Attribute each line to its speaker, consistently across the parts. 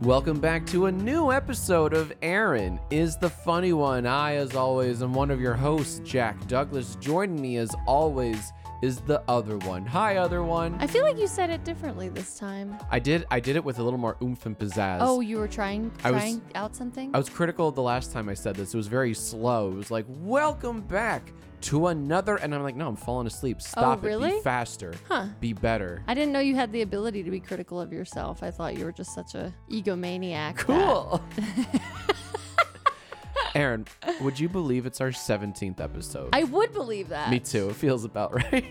Speaker 1: Welcome back to a new episode of Aaron is the Funny One. I, as always, am one of your hosts, Jack Douglas. Joining me, as always, is the other one. Hi, other one.
Speaker 2: I feel like you said it differently this time.
Speaker 1: I did. I did it with a little more oomph and pizzazz.
Speaker 2: Oh, you were trying
Speaker 1: I was-
Speaker 2: trying out something?
Speaker 1: I was critical the last time I said this. It was very slow. It was like, "Welcome back to another," and I'm like, "No, I'm falling asleep. Stop it. Be
Speaker 2: Oh, really?
Speaker 1: faster.
Speaker 2: Huh.
Speaker 1: Be better."
Speaker 2: I didn't know you had the ability to be critical of yourself. I thought you were just such a egomaniac. that-
Speaker 1: Cool. Aaron, would you believe it's our 17th episode?
Speaker 2: I would believe that.
Speaker 1: Me too. It feels about right.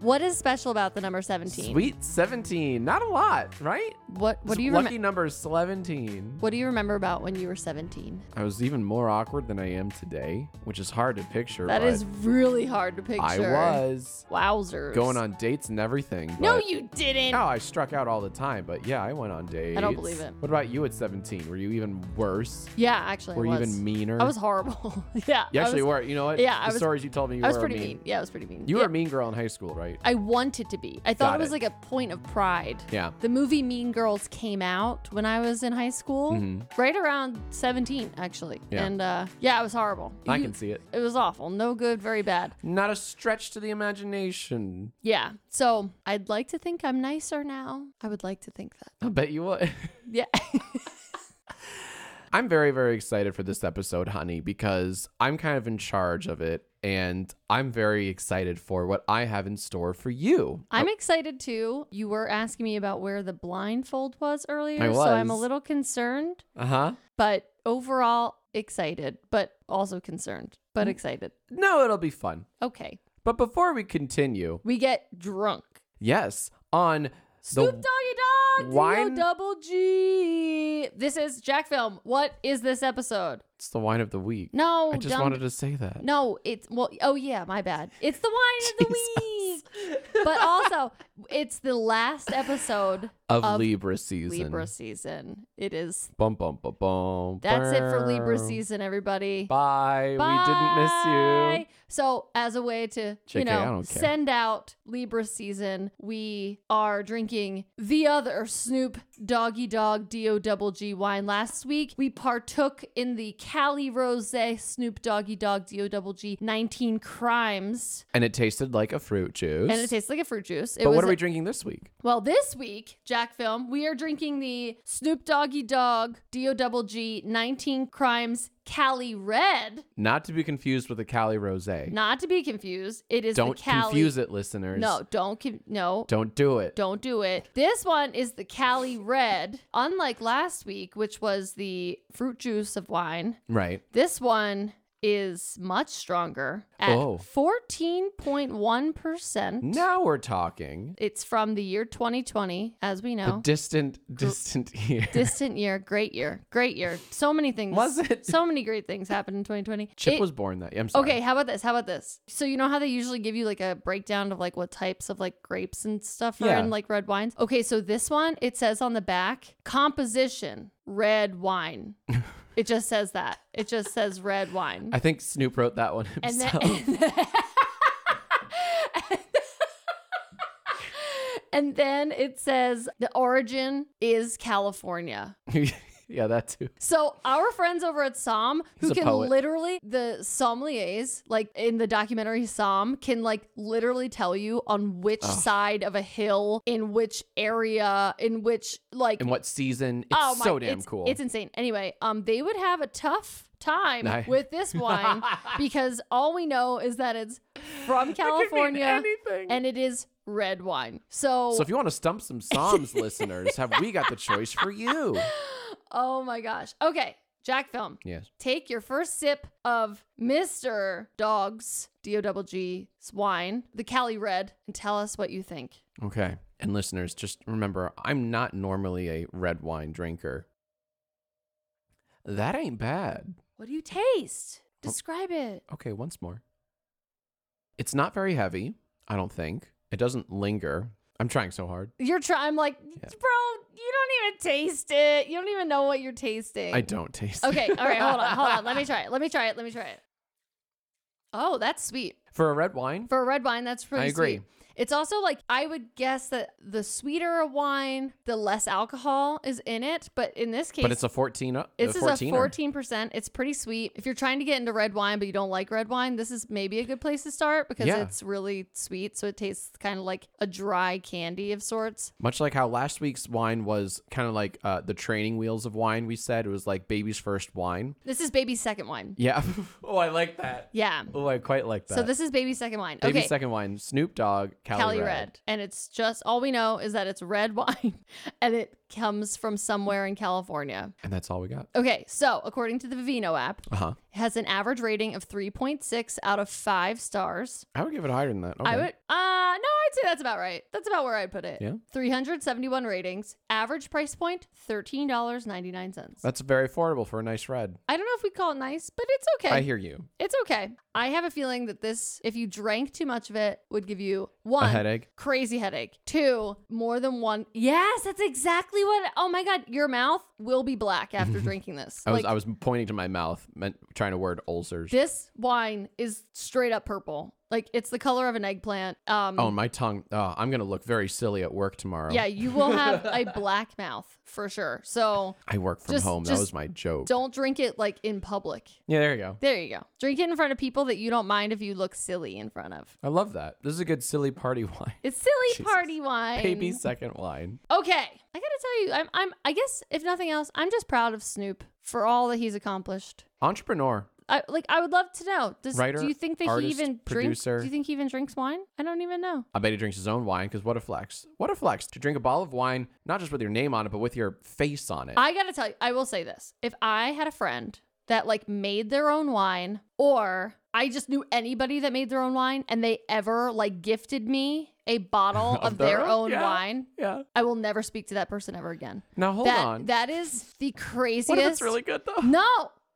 Speaker 2: What is special about the number 17?
Speaker 1: Sweet 17. Not a lot, right?
Speaker 2: What what
Speaker 1: It's
Speaker 2: do you
Speaker 1: lucky
Speaker 2: remember?
Speaker 1: number 17.
Speaker 2: What do you remember about when you were 17?
Speaker 1: I was even more awkward than I am today, which is hard to picture.
Speaker 2: That
Speaker 1: but
Speaker 2: is really hard to picture.
Speaker 1: I was
Speaker 2: Wowzers.
Speaker 1: going on dates and everything.
Speaker 2: No,
Speaker 1: but- Oh.
Speaker 2: you didn't.
Speaker 1: No, I struck out all the time, but yeah, I went on dates.
Speaker 2: don't believe it.
Speaker 1: What about you at 17? Were you even worse?
Speaker 2: Yeah, actually,
Speaker 1: were
Speaker 2: I
Speaker 1: you
Speaker 2: was.
Speaker 1: even meaner?
Speaker 2: I was horrible. yeah.
Speaker 1: You
Speaker 2: I
Speaker 1: actually
Speaker 2: was,
Speaker 1: were. You know what?
Speaker 2: Yeah,
Speaker 1: The
Speaker 2: I was-
Speaker 1: stories you told me you
Speaker 2: I was
Speaker 1: were
Speaker 2: pretty
Speaker 1: mean.
Speaker 2: mean. Yeah, I was pretty mean.
Speaker 1: You
Speaker 2: yeah.
Speaker 1: were a mean girl in high school, right?
Speaker 2: I wanted to be. I thought
Speaker 1: Got
Speaker 2: it was
Speaker 1: it.
Speaker 2: like a point of pride.
Speaker 1: Yeah.
Speaker 2: The movie Mean Girls came out when I was in high school, right around 17, actually.
Speaker 1: Mm-hmm. Yeah.
Speaker 2: And uh, yeah, it was horrible.
Speaker 1: I
Speaker 2: You-
Speaker 1: can see it.
Speaker 2: It was awful. No good, very bad.
Speaker 1: Not a stretch to the imagination.
Speaker 2: Yeah. So I'd like to think I'm nicer now. I would like to think that.
Speaker 1: I bet you would.
Speaker 2: Yeah.
Speaker 1: I'm very, very excited for this episode, honey, because I'm kind of in charge of it and I'm very excited for what I have in store for you.
Speaker 2: I'm excited too. You were asking me about where the blindfold was earlier.
Speaker 1: I
Speaker 2: So I'm a
Speaker 1: was.
Speaker 2: little concerned,
Speaker 1: Uh huh.
Speaker 2: but overall excited, but also concerned, but excited.
Speaker 1: No, it'll be fun.
Speaker 2: Okay.
Speaker 1: But before we continue,
Speaker 2: We get drunk.
Speaker 1: yes, on
Speaker 2: Snoop
Speaker 1: the
Speaker 2: Doggy Dog,
Speaker 1: wine-
Speaker 2: D-O double G. This is Jack Film. What is this episode?
Speaker 1: it's the wine of the week.
Speaker 2: No,
Speaker 1: I just
Speaker 2: dumb-
Speaker 1: wanted to say that.
Speaker 2: No, it's well. Oh yeah, my bad. It's the wine of the week, but also it's the last episode
Speaker 1: Of,
Speaker 2: of
Speaker 1: Libra season.
Speaker 2: Libra season. It is.
Speaker 1: Bum bum bum bum.
Speaker 2: That's it for Libra
Speaker 1: bum.
Speaker 2: season, everybody.
Speaker 1: Bye. We didn't miss you.
Speaker 2: Bye. So, as a way to,
Speaker 1: JK,
Speaker 2: you
Speaker 1: I
Speaker 2: know,
Speaker 1: don't care.
Speaker 2: send out Libra season, we are drinking the other Snoop Doggy Dog D O double G wine. Last week, we partook in the Cali Rose Snoop Doggy Dog D O double G 19 Crimes,
Speaker 1: And it tasted like a fruit juice.
Speaker 2: and it tastes like a fruit juice. It
Speaker 1: but
Speaker 2: was
Speaker 1: what are we drinking this week?
Speaker 2: well, this week, Jack Film, we are drinking the Snoop Doggy Dog D O double G 19 Crimes Cali Red.
Speaker 1: Not to be confused with a Cali Rose.
Speaker 2: Not to be confused, it is
Speaker 1: Don't
Speaker 2: the Cali.
Speaker 1: confuse it, listeners.
Speaker 2: No, don't con- no.
Speaker 1: Don't
Speaker 2: Don't.
Speaker 1: do it.
Speaker 2: do it. This one is the Cali Red. Unlike last week, which was the fruit juice of wine,
Speaker 1: Right.
Speaker 2: this one is much stronger at
Speaker 1: Oh. Mm.
Speaker 2: 14.1%.
Speaker 1: Now we're talking.
Speaker 2: It's from the year 2020, as we know.
Speaker 1: A distant, distant year.
Speaker 2: Distant year, great year, great year. So many things.
Speaker 1: Was it?
Speaker 2: So many great things happened in 2020.
Speaker 1: Chip
Speaker 2: It-
Speaker 1: was born that year. I'm sorry.
Speaker 2: Okay, how about this? How about this? So you know how they usually give you like a breakdown of like what types of like grapes and stuff are
Speaker 1: Yeah.
Speaker 2: in like red wines? Okay, so this one it says on the back composition red wine. it just says that. It just says red wine.
Speaker 1: I think Snoop wrote that one
Speaker 2: and then,
Speaker 1: himself.
Speaker 2: and then- And then it says the origin is California.
Speaker 1: yeah, that too.
Speaker 2: So our friends over at Psalm,
Speaker 1: He's
Speaker 2: who
Speaker 1: a
Speaker 2: can
Speaker 1: poet.
Speaker 2: literally the sommeliers, like in the documentary Psalm, can like literally tell you on which side of a hill, in which area, in which like
Speaker 1: And what season? It's
Speaker 2: oh my,
Speaker 1: so damn
Speaker 2: it's,
Speaker 1: cool.
Speaker 2: It's insane. Anyway, um, they would have a tough time
Speaker 1: I-
Speaker 2: with this wine because all we know is that it's from California
Speaker 1: anything.
Speaker 2: and it is red wine. So,
Speaker 1: so if you want to stump some psalms, listeners, have we got the choice for you?
Speaker 2: oh my gosh. Okay, Jack film.
Speaker 1: Yes.
Speaker 2: take your first sip of Mr. Dog's D-O-double-G's wine, the Cali Red, and tell us what you think.
Speaker 1: Okay. And listeners, just remember, I'm not normally a red wine drinker. That ain't bad.
Speaker 2: What do you taste? Describe it.
Speaker 1: Okay, once more. It's not very heavy, I don't think. It doesn't linger. I'm trying so hard.
Speaker 2: You're trying. I'm like, bro, you don't even taste it. You don't even know what you're tasting.
Speaker 1: I don't taste it.
Speaker 2: Okay, all right, hold on, hold on. Let me try it. Let me try it. Let me try it. Oh, that's sweet.
Speaker 1: For a red wine?
Speaker 2: For a red wine, that's pretty
Speaker 1: I agree.
Speaker 2: sweet. It's also like I would guess that the sweeter a wine, the less alcohol is in it. But in this case,
Speaker 1: But it's a 14 up.
Speaker 2: this is
Speaker 1: 14
Speaker 2: a fourteen percent. It's pretty sweet. If you're trying to get into red wine but you don't like red wine, this is maybe a good place to start because
Speaker 1: Yeah.
Speaker 2: it's really sweet. So it tastes kind of like a dry candy of sorts.
Speaker 1: Much like how last week's wine was kind of like uh, the training wheels of wine, we said it was like baby's first wine.
Speaker 2: This is baby's second wine.
Speaker 1: Yeah. oh, I like that.
Speaker 2: Yeah.
Speaker 1: Oh, I quite like that.
Speaker 2: So this is baby's second wine.
Speaker 1: baby's
Speaker 2: okay.
Speaker 1: second wine, Snoop Dogg, Cali,
Speaker 2: Cali
Speaker 1: Red.
Speaker 2: red. And it's just all we know is that it's red wine and it comes from somewhere in California.
Speaker 1: And that's all we got.
Speaker 2: Okay, so according to the Vivino app,
Speaker 1: Uh huh.
Speaker 2: it has an average rating of 3.6 out of 5 stars.
Speaker 1: I would give it higher than that.
Speaker 2: I
Speaker 1: Okay.
Speaker 2: would uh no, I'd say that's about right. That's about where I'd put it.
Speaker 1: Yeah.
Speaker 2: 371 ratings, average price point $13.99.
Speaker 1: That's very affordable for a nice red.
Speaker 2: I don't know if we call it nice, but it's okay.
Speaker 1: I hear you.
Speaker 2: it's okay. I have a feeling that this if you drank too much of it would give you one
Speaker 1: A headache.
Speaker 2: crazy headache. Two, more than one. Yes, that's exactly what. Oh my god, your mouth will be black after drinking this.
Speaker 1: I was
Speaker 2: like
Speaker 1: I was pointing to my mouth, meant, trying to word ulcers.
Speaker 2: this wine is straight up purple. Like it's the color of an eggplant. Um,
Speaker 1: oh, my tongue. Oh, I'm gonna look very silly at work tomorrow.
Speaker 2: yeah, you will have a black mouth for sure. So
Speaker 1: I work from
Speaker 2: Just-
Speaker 1: home. that
Speaker 2: just
Speaker 1: was my joke.
Speaker 2: don't drink it like in public.
Speaker 1: Yeah, there you go.
Speaker 2: There you go. Drink it in front of people that you don't mind if you look silly in front of.
Speaker 1: I love that. This is a good silly party wine.
Speaker 2: It's silly
Speaker 1: Jesus.
Speaker 2: party wine.
Speaker 1: Baby second wine.
Speaker 2: Okay, I gotta tell you, I'm, I'm. I guess if nothing else, I'm just proud of Snoop for all that he's accomplished.
Speaker 1: Entrepreneur.
Speaker 2: I like. I would love to know. Does
Speaker 1: Writer,
Speaker 2: do you think that
Speaker 1: artist,
Speaker 2: he even drinks?
Speaker 1: producer.
Speaker 2: Do you think he even drinks wine? I don't even know.
Speaker 1: I bet he drinks his own wine because what a flex. What a flex to drink a bottle of wine, not just with your name on it, but with your face on it.
Speaker 2: I gotta tell you, I will say this: if I had a friend that like made their own wine, or I just knew anybody that made their own wine, and they ever like gifted me a bottle of,
Speaker 1: Of
Speaker 2: their,
Speaker 1: their own?
Speaker 2: own
Speaker 1: Yeah.
Speaker 2: wine,
Speaker 1: yeah.
Speaker 2: I will never speak to that person ever again.
Speaker 1: Now hold
Speaker 2: that
Speaker 1: on.
Speaker 2: that is the craziest.
Speaker 1: what if it's really good though?
Speaker 2: No,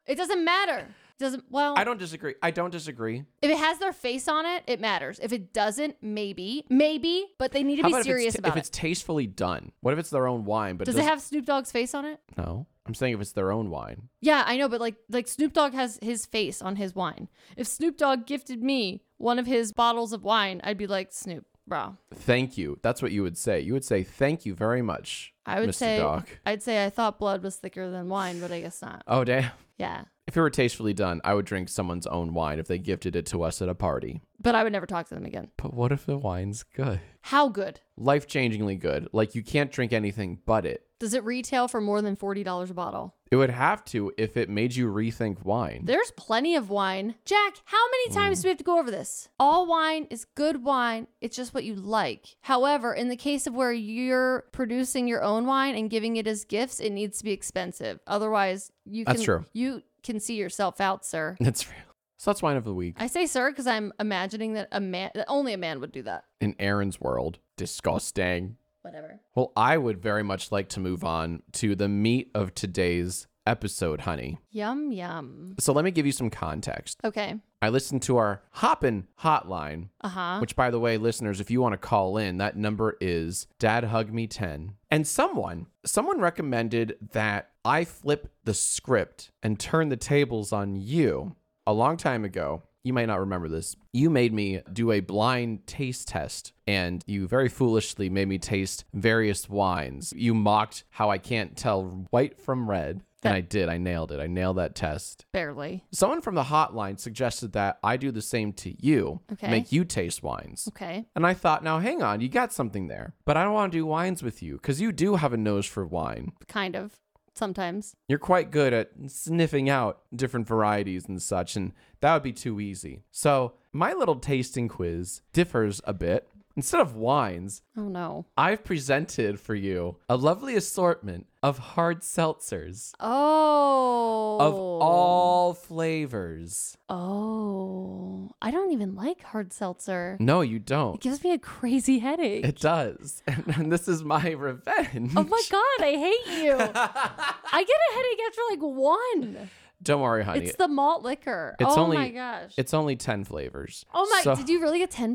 Speaker 2: it doesn't matter. Doesn't well.
Speaker 1: I don't disagree. I don't disagree.
Speaker 2: If it has their face on it, it matters. If it doesn't, maybe, maybe, but they need to
Speaker 1: How
Speaker 2: be
Speaker 1: about if
Speaker 2: serious
Speaker 1: it's,
Speaker 2: about
Speaker 1: if
Speaker 2: it.
Speaker 1: it's tastefully done? What if it's their own wine? But
Speaker 2: Does it have Snoop Dogg's face on it?
Speaker 1: have? No, I'm saying if it's their own wine.
Speaker 2: Yeah, I know, but like, like Snoop Dogg has his face on his wine. If Snoop Dogg gifted me one of his bottles of wine, I'd be like, Snoop, bro.
Speaker 1: Thank you. That's what you would say. You would say thank you very much,
Speaker 2: I would
Speaker 1: Mr.
Speaker 2: say,
Speaker 1: Dog.
Speaker 2: I'd say I thought blood was thicker than wine, but I guess not.
Speaker 1: Oh damn.
Speaker 2: Yeah,
Speaker 1: If it were tastefully done, I would drink someone's own wine if they gifted it to us at a party.
Speaker 2: but I would never talk to them again.
Speaker 1: But what if the wine's good?
Speaker 2: How good
Speaker 1: Life changingly good. Like you can't drink anything but it.
Speaker 2: does it retail for more than forty dollars a bottle?
Speaker 1: It would have to if it made you rethink wine.
Speaker 2: There's plenty of wine. Jack, how
Speaker 1: Mm.
Speaker 2: many times do we have to go over this? All wine is good wine. It's just what you like. However, in the case of where you're producing your own wine and giving it as gifts, it needs to be expensive. Otherwise, you can
Speaker 1: That's true.
Speaker 2: you can see yourself out, sir.
Speaker 1: That's real. So that's wine of the week
Speaker 2: I say sir because I'm imagining that a man that only a man would do that.
Speaker 1: in Aaron's world. Disgusting.
Speaker 2: Whatever.
Speaker 1: Well, I would very much like to move on to the meat of today's episode, honey.
Speaker 2: Yum yum.
Speaker 1: So let me give you some context.
Speaker 2: Okay.
Speaker 1: I listened to our Hoppin' Hotline,
Speaker 2: Uh-huh.
Speaker 1: which, by the way, listeners, if you want to call in, that number is Dad Hug Me 10. And someone, someone recommended that I flip the script and turn the tables on you a long time ago. You might not remember this. You made me do a blind taste test, and you very foolishly made me taste various wines. You mocked how I can't tell white from red. And I did. I nailed it. I nailed that test.
Speaker 2: Barely.
Speaker 1: Someone from the hotline suggested that I do the same to you,
Speaker 2: Okay.
Speaker 1: make you taste wines.
Speaker 2: Okay.
Speaker 1: And I thought, now hang on, you got something there. But I don't want to do wines with you because you do have a nose for wine.
Speaker 2: Kind of. Sometimes.
Speaker 1: You're quite good at sniffing out different varieties and such, and that would be too easy. So my little tasting quiz differs a bit. Instead of wines,
Speaker 2: Oh no.
Speaker 1: I've presented for you a lovely assortment of hard seltzers
Speaker 2: Oh.
Speaker 1: of all flavors.
Speaker 2: Oh, I don't even like hard seltzer.
Speaker 1: No, you don't.
Speaker 2: It gives me a crazy headache.
Speaker 1: It does. And, this is my revenge.
Speaker 2: oh my god, I hate you. I get a headache after like one.
Speaker 1: Don't worry, honey.
Speaker 2: It's the malt liquor.
Speaker 1: It's
Speaker 2: oh
Speaker 1: only-
Speaker 2: my gosh.
Speaker 1: It's only 10 flavors.
Speaker 2: oh my.
Speaker 1: So
Speaker 2: Did you really get 10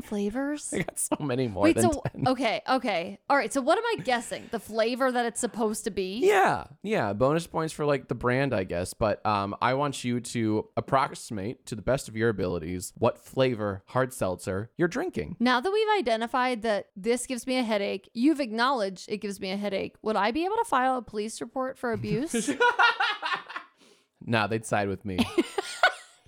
Speaker 2: flavors?
Speaker 1: I got so many more
Speaker 2: Wait,
Speaker 1: than
Speaker 2: so
Speaker 1: 10.
Speaker 2: okay, okay. All right, so what am I guessing? The flavor that it's supposed to be?
Speaker 1: Yeah. Yeah. Bonus points for like the brand, I guess. But um, I want you to approximate to the best of your abilities what flavor hard seltzer you're drinking.
Speaker 2: Now that we've identified that this gives me a headache, you've acknowledged it gives me a headache. Would I be able to file a police report for abuse?
Speaker 1: Nah, they'd side with me.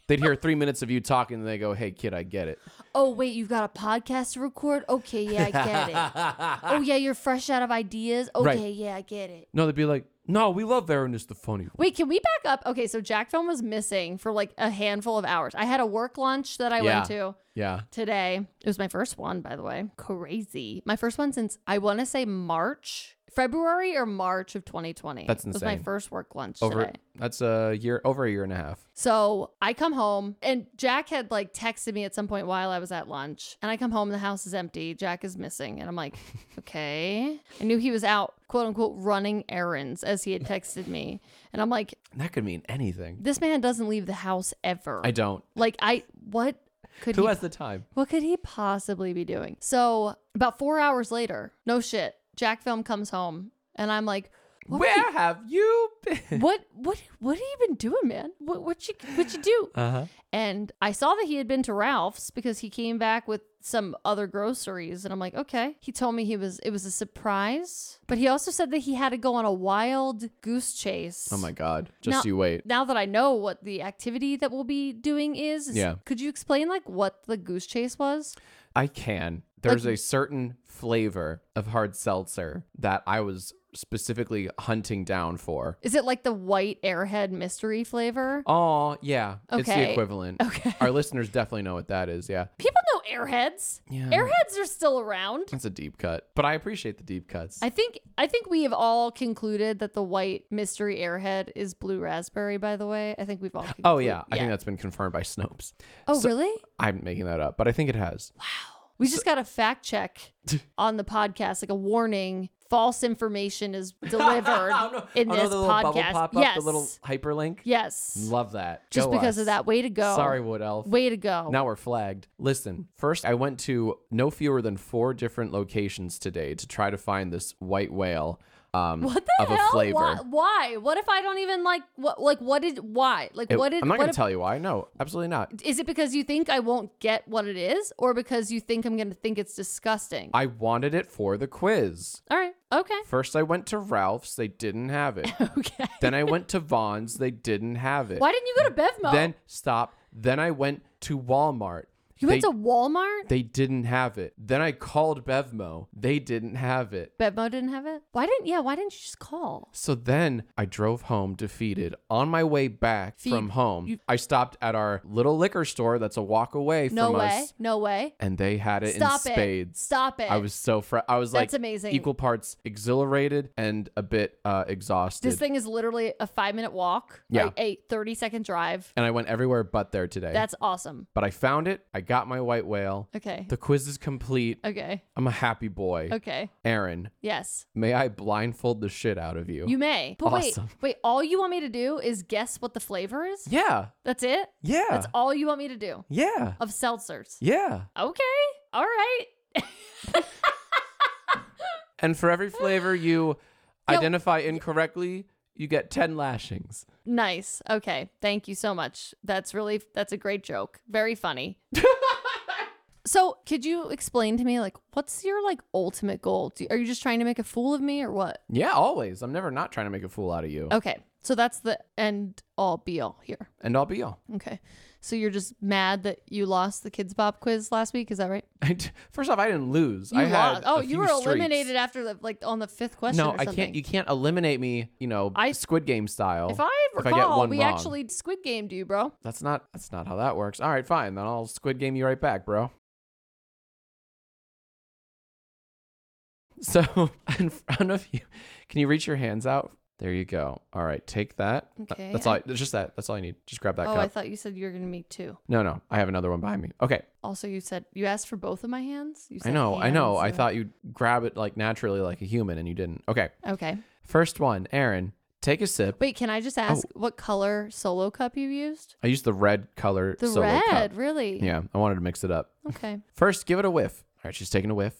Speaker 1: they'd hear three minutes of you talking and they go, hey, kid, I get it.
Speaker 2: oh, wait, you've got a podcast to record? Okay, yeah, I get it. oh, yeah, you're fresh out of ideas? Okay,
Speaker 1: Right.
Speaker 2: yeah, I get it.
Speaker 1: No, they'd be like, no, we love Aaron is the funny one.
Speaker 2: Wait, can we back up? Okay, so Jack Film was missing for like a handful of hours. I had a work lunch that I went
Speaker 1: Yeah.
Speaker 2: to.
Speaker 1: Yeah.
Speaker 2: today. It was my first one, by the way. Crazy. My first one since I want to say March, February or March of 2020.
Speaker 1: That's
Speaker 2: It was my
Speaker 1: insane.
Speaker 2: first work lunch
Speaker 1: Over
Speaker 2: today.
Speaker 1: that's a year over a year and a half.
Speaker 2: So I come home and Jack had like texted me at some point while I was at lunch. And I come home, the house is empty. Jack is missing. And I'm like, okay. I knew he was out, quote unquote, running errands as he had texted me. And I'm like,
Speaker 1: That could mean anything.
Speaker 2: this man doesn't leave the house ever.
Speaker 1: I don't.
Speaker 2: like, I, what could
Speaker 1: Who
Speaker 2: he
Speaker 1: has the time?
Speaker 2: What could he possibly be doing? So, about four hours later, no shit, Jack Film comes home, and I'm like, what
Speaker 1: Where have you been?
Speaker 2: what, what, what have you been doing, man? What, what you, what you do?
Speaker 1: Uh-huh.
Speaker 2: And I saw that he had been to Ralph's because he came back with some other groceries, and I'm like, okay. He told me he was, it was a surprise, but he also said that he had to go on a wild goose chase.
Speaker 1: Oh my god. Just
Speaker 2: Now-
Speaker 1: you wait.
Speaker 2: Now that I know what the activity that we'll be doing is, is-
Speaker 1: Yeah.
Speaker 2: could you explain like what the goose chase was?
Speaker 1: I can. There's a certain flavor of hard seltzer that I was specifically hunting down for.
Speaker 2: Is it like the white airhead mystery flavor?
Speaker 1: Oh, yeah. It's the
Speaker 2: Okay.
Speaker 1: equivalent.
Speaker 2: Okay.
Speaker 1: Our listeners definitely know what that is, yeah.
Speaker 2: People know airheads.
Speaker 1: Yeah.
Speaker 2: Airheads are still around.
Speaker 1: That's a deep cut. But I appreciate the deep cuts.
Speaker 2: I think I think we have all concluded that the white mystery airhead is blue raspberry, by the way. I think we've all concluded.
Speaker 1: oh yeah. I think that's been confirmed by Snopes.
Speaker 2: Oh really?
Speaker 1: I'm making that up, but I think it has.
Speaker 2: We just got a fact check on the podcast, like a warning. False information is delivered in
Speaker 1: oh,
Speaker 2: this
Speaker 1: no, the little bubble
Speaker 2: podcast.
Speaker 1: pop up,
Speaker 2: yes.
Speaker 1: the little hyperlink.
Speaker 2: yes.
Speaker 1: Love that.
Speaker 2: Just
Speaker 1: Go
Speaker 2: because
Speaker 1: us.
Speaker 2: of that. Way to go.
Speaker 1: Sorry, Wood Elf.
Speaker 2: Way to go.
Speaker 1: Now we're flagged. Listen, first I went to no fewer than four different locations today to try to find this white whale um,
Speaker 2: What the
Speaker 1: of
Speaker 2: hell?
Speaker 1: a flavor.
Speaker 2: Why, why? What if I don't even like what? Like what did? Why? Like
Speaker 1: It-
Speaker 2: what did?
Speaker 1: I'm not
Speaker 2: what
Speaker 1: going to
Speaker 2: if-
Speaker 1: tell you why. No, absolutely not.
Speaker 2: Is it because you think I won't get what it is, or because you think I'm gonna think it's disgusting?
Speaker 1: I wanted it for the quiz.
Speaker 2: All right. Okay.
Speaker 1: First, I went to Ralph's. They didn't have it.
Speaker 2: Okay.
Speaker 1: then I went to Vaughn's. They didn't have it.
Speaker 2: Why didn't you go to Bevmo?
Speaker 1: Then stop. Then I went to Walmart.
Speaker 2: you went
Speaker 1: they-
Speaker 2: to Walmart.
Speaker 1: They didn't have it. Then I called Bevmo. They didn't have it.
Speaker 2: Bevmo didn't have it. Why didn't? Yeah. Why didn't you just call?
Speaker 1: So then I drove home defeated. On my way back
Speaker 2: Feed-
Speaker 1: from home, I stopped at our little liquor store that's a walk away from
Speaker 2: No way.
Speaker 1: us,
Speaker 2: No way.
Speaker 1: and they had it
Speaker 2: Stop
Speaker 1: in
Speaker 2: it.
Speaker 1: spades.
Speaker 2: Stop it.
Speaker 1: I was so fr- I was
Speaker 2: That's
Speaker 1: like
Speaker 2: amazing.
Speaker 1: equal parts exhilarated and a bit uh, exhausted.
Speaker 2: This thing is literally a five minute walk.
Speaker 1: Yeah.
Speaker 2: Like a 30 second drive.
Speaker 1: and I went everywhere but there today.
Speaker 2: That's awesome.
Speaker 1: but I found it. I got my white whale.
Speaker 2: Okay.
Speaker 1: The quiz is complete.
Speaker 2: Okay.
Speaker 1: I'm a happy boy.
Speaker 2: Okay.
Speaker 1: Aaron,
Speaker 2: Yes.
Speaker 1: may I blindfold the shit out of you?
Speaker 2: You may. But
Speaker 1: Oh. Awesome.
Speaker 2: wait, wait, all you want me to do is guess what the flavor is?
Speaker 1: yeah.
Speaker 2: That's it?
Speaker 1: Yeah.
Speaker 2: That's all you want me to do
Speaker 1: yeah.
Speaker 2: of seltzers.
Speaker 1: Yeah.
Speaker 2: Okay. All right.
Speaker 1: And for every flavor you
Speaker 2: No.
Speaker 1: identify incorrectly, you get 10 lashings.
Speaker 2: Nice. Okay. Thank you so much. That's really that's a great joke. Very funny. so, could you explain to me like what's your like ultimate goal? Do, are you just trying to make a fool of me or what?
Speaker 1: Yeah, always. I'm never not trying to make a fool out of you.
Speaker 2: Okay. So that's the end all be all here.
Speaker 1: And I'll be all.
Speaker 2: Okay. So you're just mad that you lost the kids pop quiz last week, is that right?
Speaker 1: I d- First off, I didn't lose.
Speaker 2: You
Speaker 1: I had
Speaker 2: lost. Oh,
Speaker 1: a
Speaker 2: you
Speaker 1: few
Speaker 2: were
Speaker 1: streaks.
Speaker 2: eliminated after the like on the fifth question.
Speaker 1: No,
Speaker 2: or
Speaker 1: I
Speaker 2: something.
Speaker 1: can't. You can't eliminate me. You know,
Speaker 2: I-
Speaker 1: Squid Game style.
Speaker 2: If I
Speaker 1: if I
Speaker 2: recall,
Speaker 1: get one
Speaker 2: we
Speaker 1: wrong.
Speaker 2: actually Squid Gamed you, bro.
Speaker 1: That's not. That's not how that works. All right, fine. Then I'll Squid Game you right back, bro. So in front of you, can you reach your hands out? There you go. All right, take that. Th-
Speaker 2: Okay,
Speaker 1: That's all. I, just that. That's all you need. Just grab that
Speaker 2: Oh,
Speaker 1: cup.
Speaker 2: I thought you said you were gonna make two.
Speaker 1: No, no, I have another one behind me. Okay,
Speaker 2: Also, you said you asked for both of my hands. You
Speaker 1: I
Speaker 2: said
Speaker 1: know, I know. I
Speaker 2: hands,
Speaker 1: thought you'd grab it like naturally, like a human, and you didn't. Okay,
Speaker 2: uh, Okay.
Speaker 1: first one, Aaron. Take a sip.
Speaker 2: Wait, can I just ask
Speaker 1: Oh.
Speaker 2: what color solo cup you used?
Speaker 1: I used the red color
Speaker 2: The
Speaker 1: solo
Speaker 2: red,
Speaker 1: cup.
Speaker 2: really?
Speaker 1: Yeah, I wanted to mix it up.
Speaker 2: Okay.
Speaker 1: First, give it a whiff. All right, she's taking a whiff.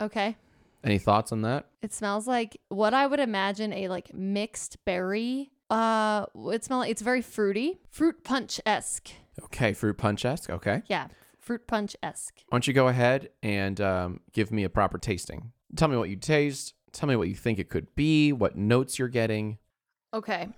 Speaker 2: Okay.
Speaker 1: Any thoughts on that?
Speaker 2: It smells like what I would imagine a like mixed berry. Uh, it smell it's very fruity, fruit punch esque.
Speaker 1: Okay, fruit punch esque. Okay.
Speaker 2: Yeah, fruit punch esque.
Speaker 1: Why don't you go ahead and um, give me a proper tasting? Tell me what you taste. Tell me what you think it could be, what notes you're getting.
Speaker 2: Okay,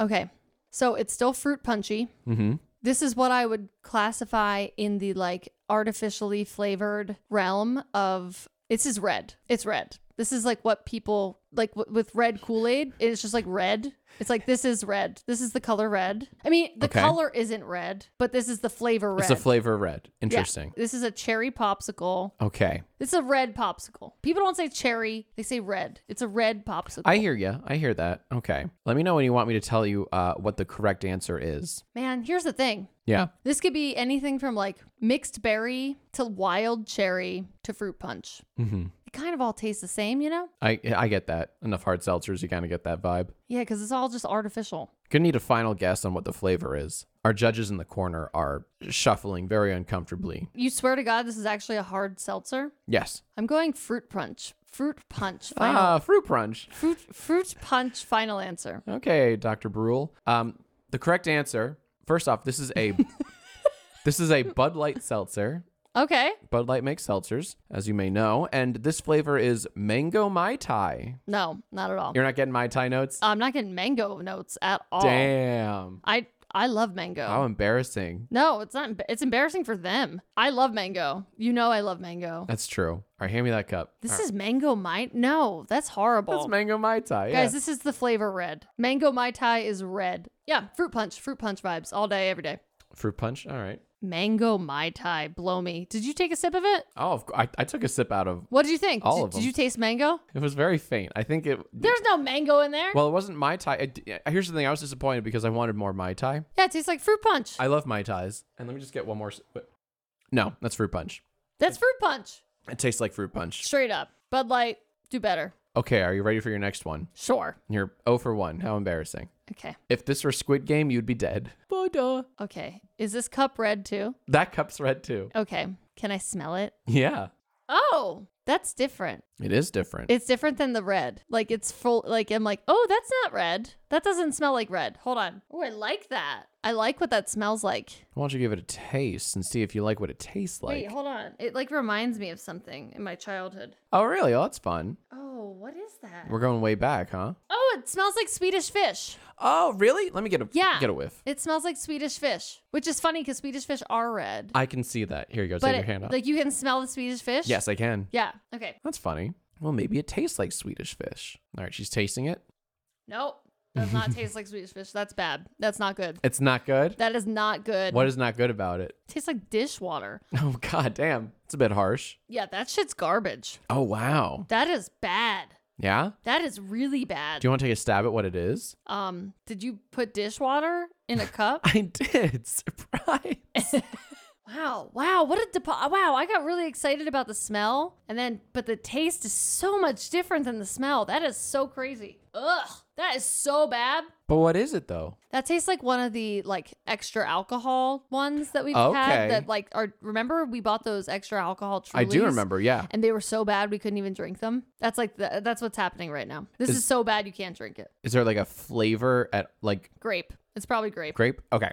Speaker 2: okay. So it's still fruit punchy.
Speaker 1: Mm-hmm.
Speaker 2: This is what I would classify in the like artificially flavored realm of. This is red. It's red. This is like what people like w- with red Kool Aid. It's just like red. It's like this is red. This is the color red. I mean, the
Speaker 1: Okay.
Speaker 2: color isn't red, but this is the flavor red.
Speaker 1: It's the flavor red.
Speaker 2: Yeah.
Speaker 1: Interesting.
Speaker 2: This is a cherry popsicle.
Speaker 1: Okay.
Speaker 2: This is a red popsicle. People don't say cherry, they say red. It's a red popsicle.
Speaker 1: I hear you. I hear that. Okay. Let me know when you want me to tell you uh, what the correct answer is.
Speaker 2: Man, here's the thing.
Speaker 1: Yeah.
Speaker 2: This could be anything from like mixed berry to wild cherry to fruit punch.
Speaker 1: Mm-hmm.
Speaker 2: It kind of all tastes the same, you know?
Speaker 1: I I get that. Enough hard seltzers, you kind of get that vibe.
Speaker 2: Yeah, because it's all just artificial.
Speaker 1: Gonna need a final guess on what the flavor is. Our judges in the corner are shuffling very uncomfortably.
Speaker 2: You swear to God, this is actually a hard seltzer.
Speaker 1: Yes.
Speaker 2: I'm going fruit punch. Fruit punch. Final.
Speaker 1: Ah, fruit punch.
Speaker 2: fruit, fruit punch, final answer.
Speaker 1: Okay, Dr. Brule. Um, the correct answer. First off, this is a this is a Bud Light seltzer.
Speaker 2: Okay.
Speaker 1: Bud Light makes seltzers, as you may know, and this flavor is mango mai tai.
Speaker 2: No, not at all.
Speaker 1: You're not getting mai tai notes.
Speaker 2: I'm not getting mango notes at all.
Speaker 1: Damn.
Speaker 2: I I love mango.
Speaker 1: How embarrassing.
Speaker 2: No, it's not. emb- It's embarrassing for them. I love mango. You know, I love mango.
Speaker 1: That's true. All right, hand me that cup.
Speaker 2: This is mango mai. No, that's horrible.
Speaker 1: That's mango mai tai. Yeah.
Speaker 2: Guys, this is the flavor red. Mango mai tai is red. Yeah, fruit punch, fruit punch vibes all day, every day.
Speaker 1: Fruit punch. All right.
Speaker 2: Mango mai tai, blow me. Did you take a sip of it?
Speaker 1: Oh, of cou- I, I took a sip out of.
Speaker 2: What did you think?
Speaker 1: All
Speaker 2: did,
Speaker 1: of them.
Speaker 2: did you taste mango?
Speaker 1: It was very faint. I think it.
Speaker 2: There's no mango in there.
Speaker 1: Well, it wasn't mai tai. It- Here's the thing. I was disappointed because I wanted more mai tai.
Speaker 2: yeah, it tastes like fruit punch.
Speaker 1: I love mai tais. And let me just get one more. s- wait. No, that's fruit punch.
Speaker 2: that's fruit punch.
Speaker 1: It tastes like fruit punch.
Speaker 2: Straight up. Bud Light, do better.
Speaker 1: Okay, are you ready for your next one?
Speaker 2: Sure.
Speaker 1: You're 0 for 1. How embarrassing.
Speaker 2: Okay.
Speaker 1: If this were Squid Game, you'd be dead.
Speaker 2: Okay. Is this cup red too?
Speaker 1: That cup's red too.
Speaker 2: Okay. Can I smell it?
Speaker 1: Yeah.
Speaker 2: Oh, that's different.
Speaker 1: It is different.
Speaker 2: It's different than the red. Like it's full. Like I'm like, oh, that's not red. That doesn't smell like red. Hold on. Oh, I like that. I like what that smells like.
Speaker 1: Why don't you give it a taste and see if you like what it tastes like?
Speaker 2: Wait, hold on. It like reminds me of something in my childhood.
Speaker 1: oh, really? Oh, that's fun.
Speaker 2: Oh, what is that?
Speaker 1: We're going way back, huh?
Speaker 2: Oh, it smells like Swedish fish.
Speaker 1: Oh, really? Let me get a
Speaker 2: Yeah.
Speaker 1: get a whiff.
Speaker 2: It smells like Swedish fish, which is funny because Swedish fish are red.
Speaker 1: I can see that. Here you go.
Speaker 2: but
Speaker 1: Take your
Speaker 2: it-
Speaker 1: hand off.
Speaker 2: like you can smell the Swedish fish.
Speaker 1: yes, I can.
Speaker 2: Yeah. Okay.
Speaker 1: That's funny. Well, maybe it tastes like Swedish fish. All right, she's tasting it.
Speaker 2: Nope. Does not taste like Swedish fish. That's bad. That's not good.
Speaker 1: It's not good.
Speaker 2: That is not good.
Speaker 1: What is not good about it?
Speaker 2: Tastes like dishwater.
Speaker 1: Oh god damn. It's a bit harsh.
Speaker 2: Yeah, that shit's garbage.
Speaker 1: Oh wow.
Speaker 2: That is bad.
Speaker 1: Yeah?
Speaker 2: That is really bad.
Speaker 1: Do you want to take a stab at what it is?
Speaker 2: um, did you put dishwater in a cup?
Speaker 1: I did. Surprise.
Speaker 2: wow, wow, what a depo- wow! I got really excited about the smell, and then but the taste is so much different than the smell. That is so crazy. Ugh, that is so bad.
Speaker 1: But what is it though?
Speaker 2: That tastes like one of the like extra alcohol ones that we've
Speaker 1: Okay.
Speaker 2: had. That like are remember we bought those extra alcohol. Trulies?
Speaker 1: I do remember, yeah.
Speaker 2: And they were so bad we couldn't even drink them. That's like the, that's what's happening right now. This is,
Speaker 1: Is-
Speaker 2: so bad you can't drink it.
Speaker 1: Is there like a flavor at like
Speaker 2: Grape. It's probably grape.
Speaker 1: grape? Okay.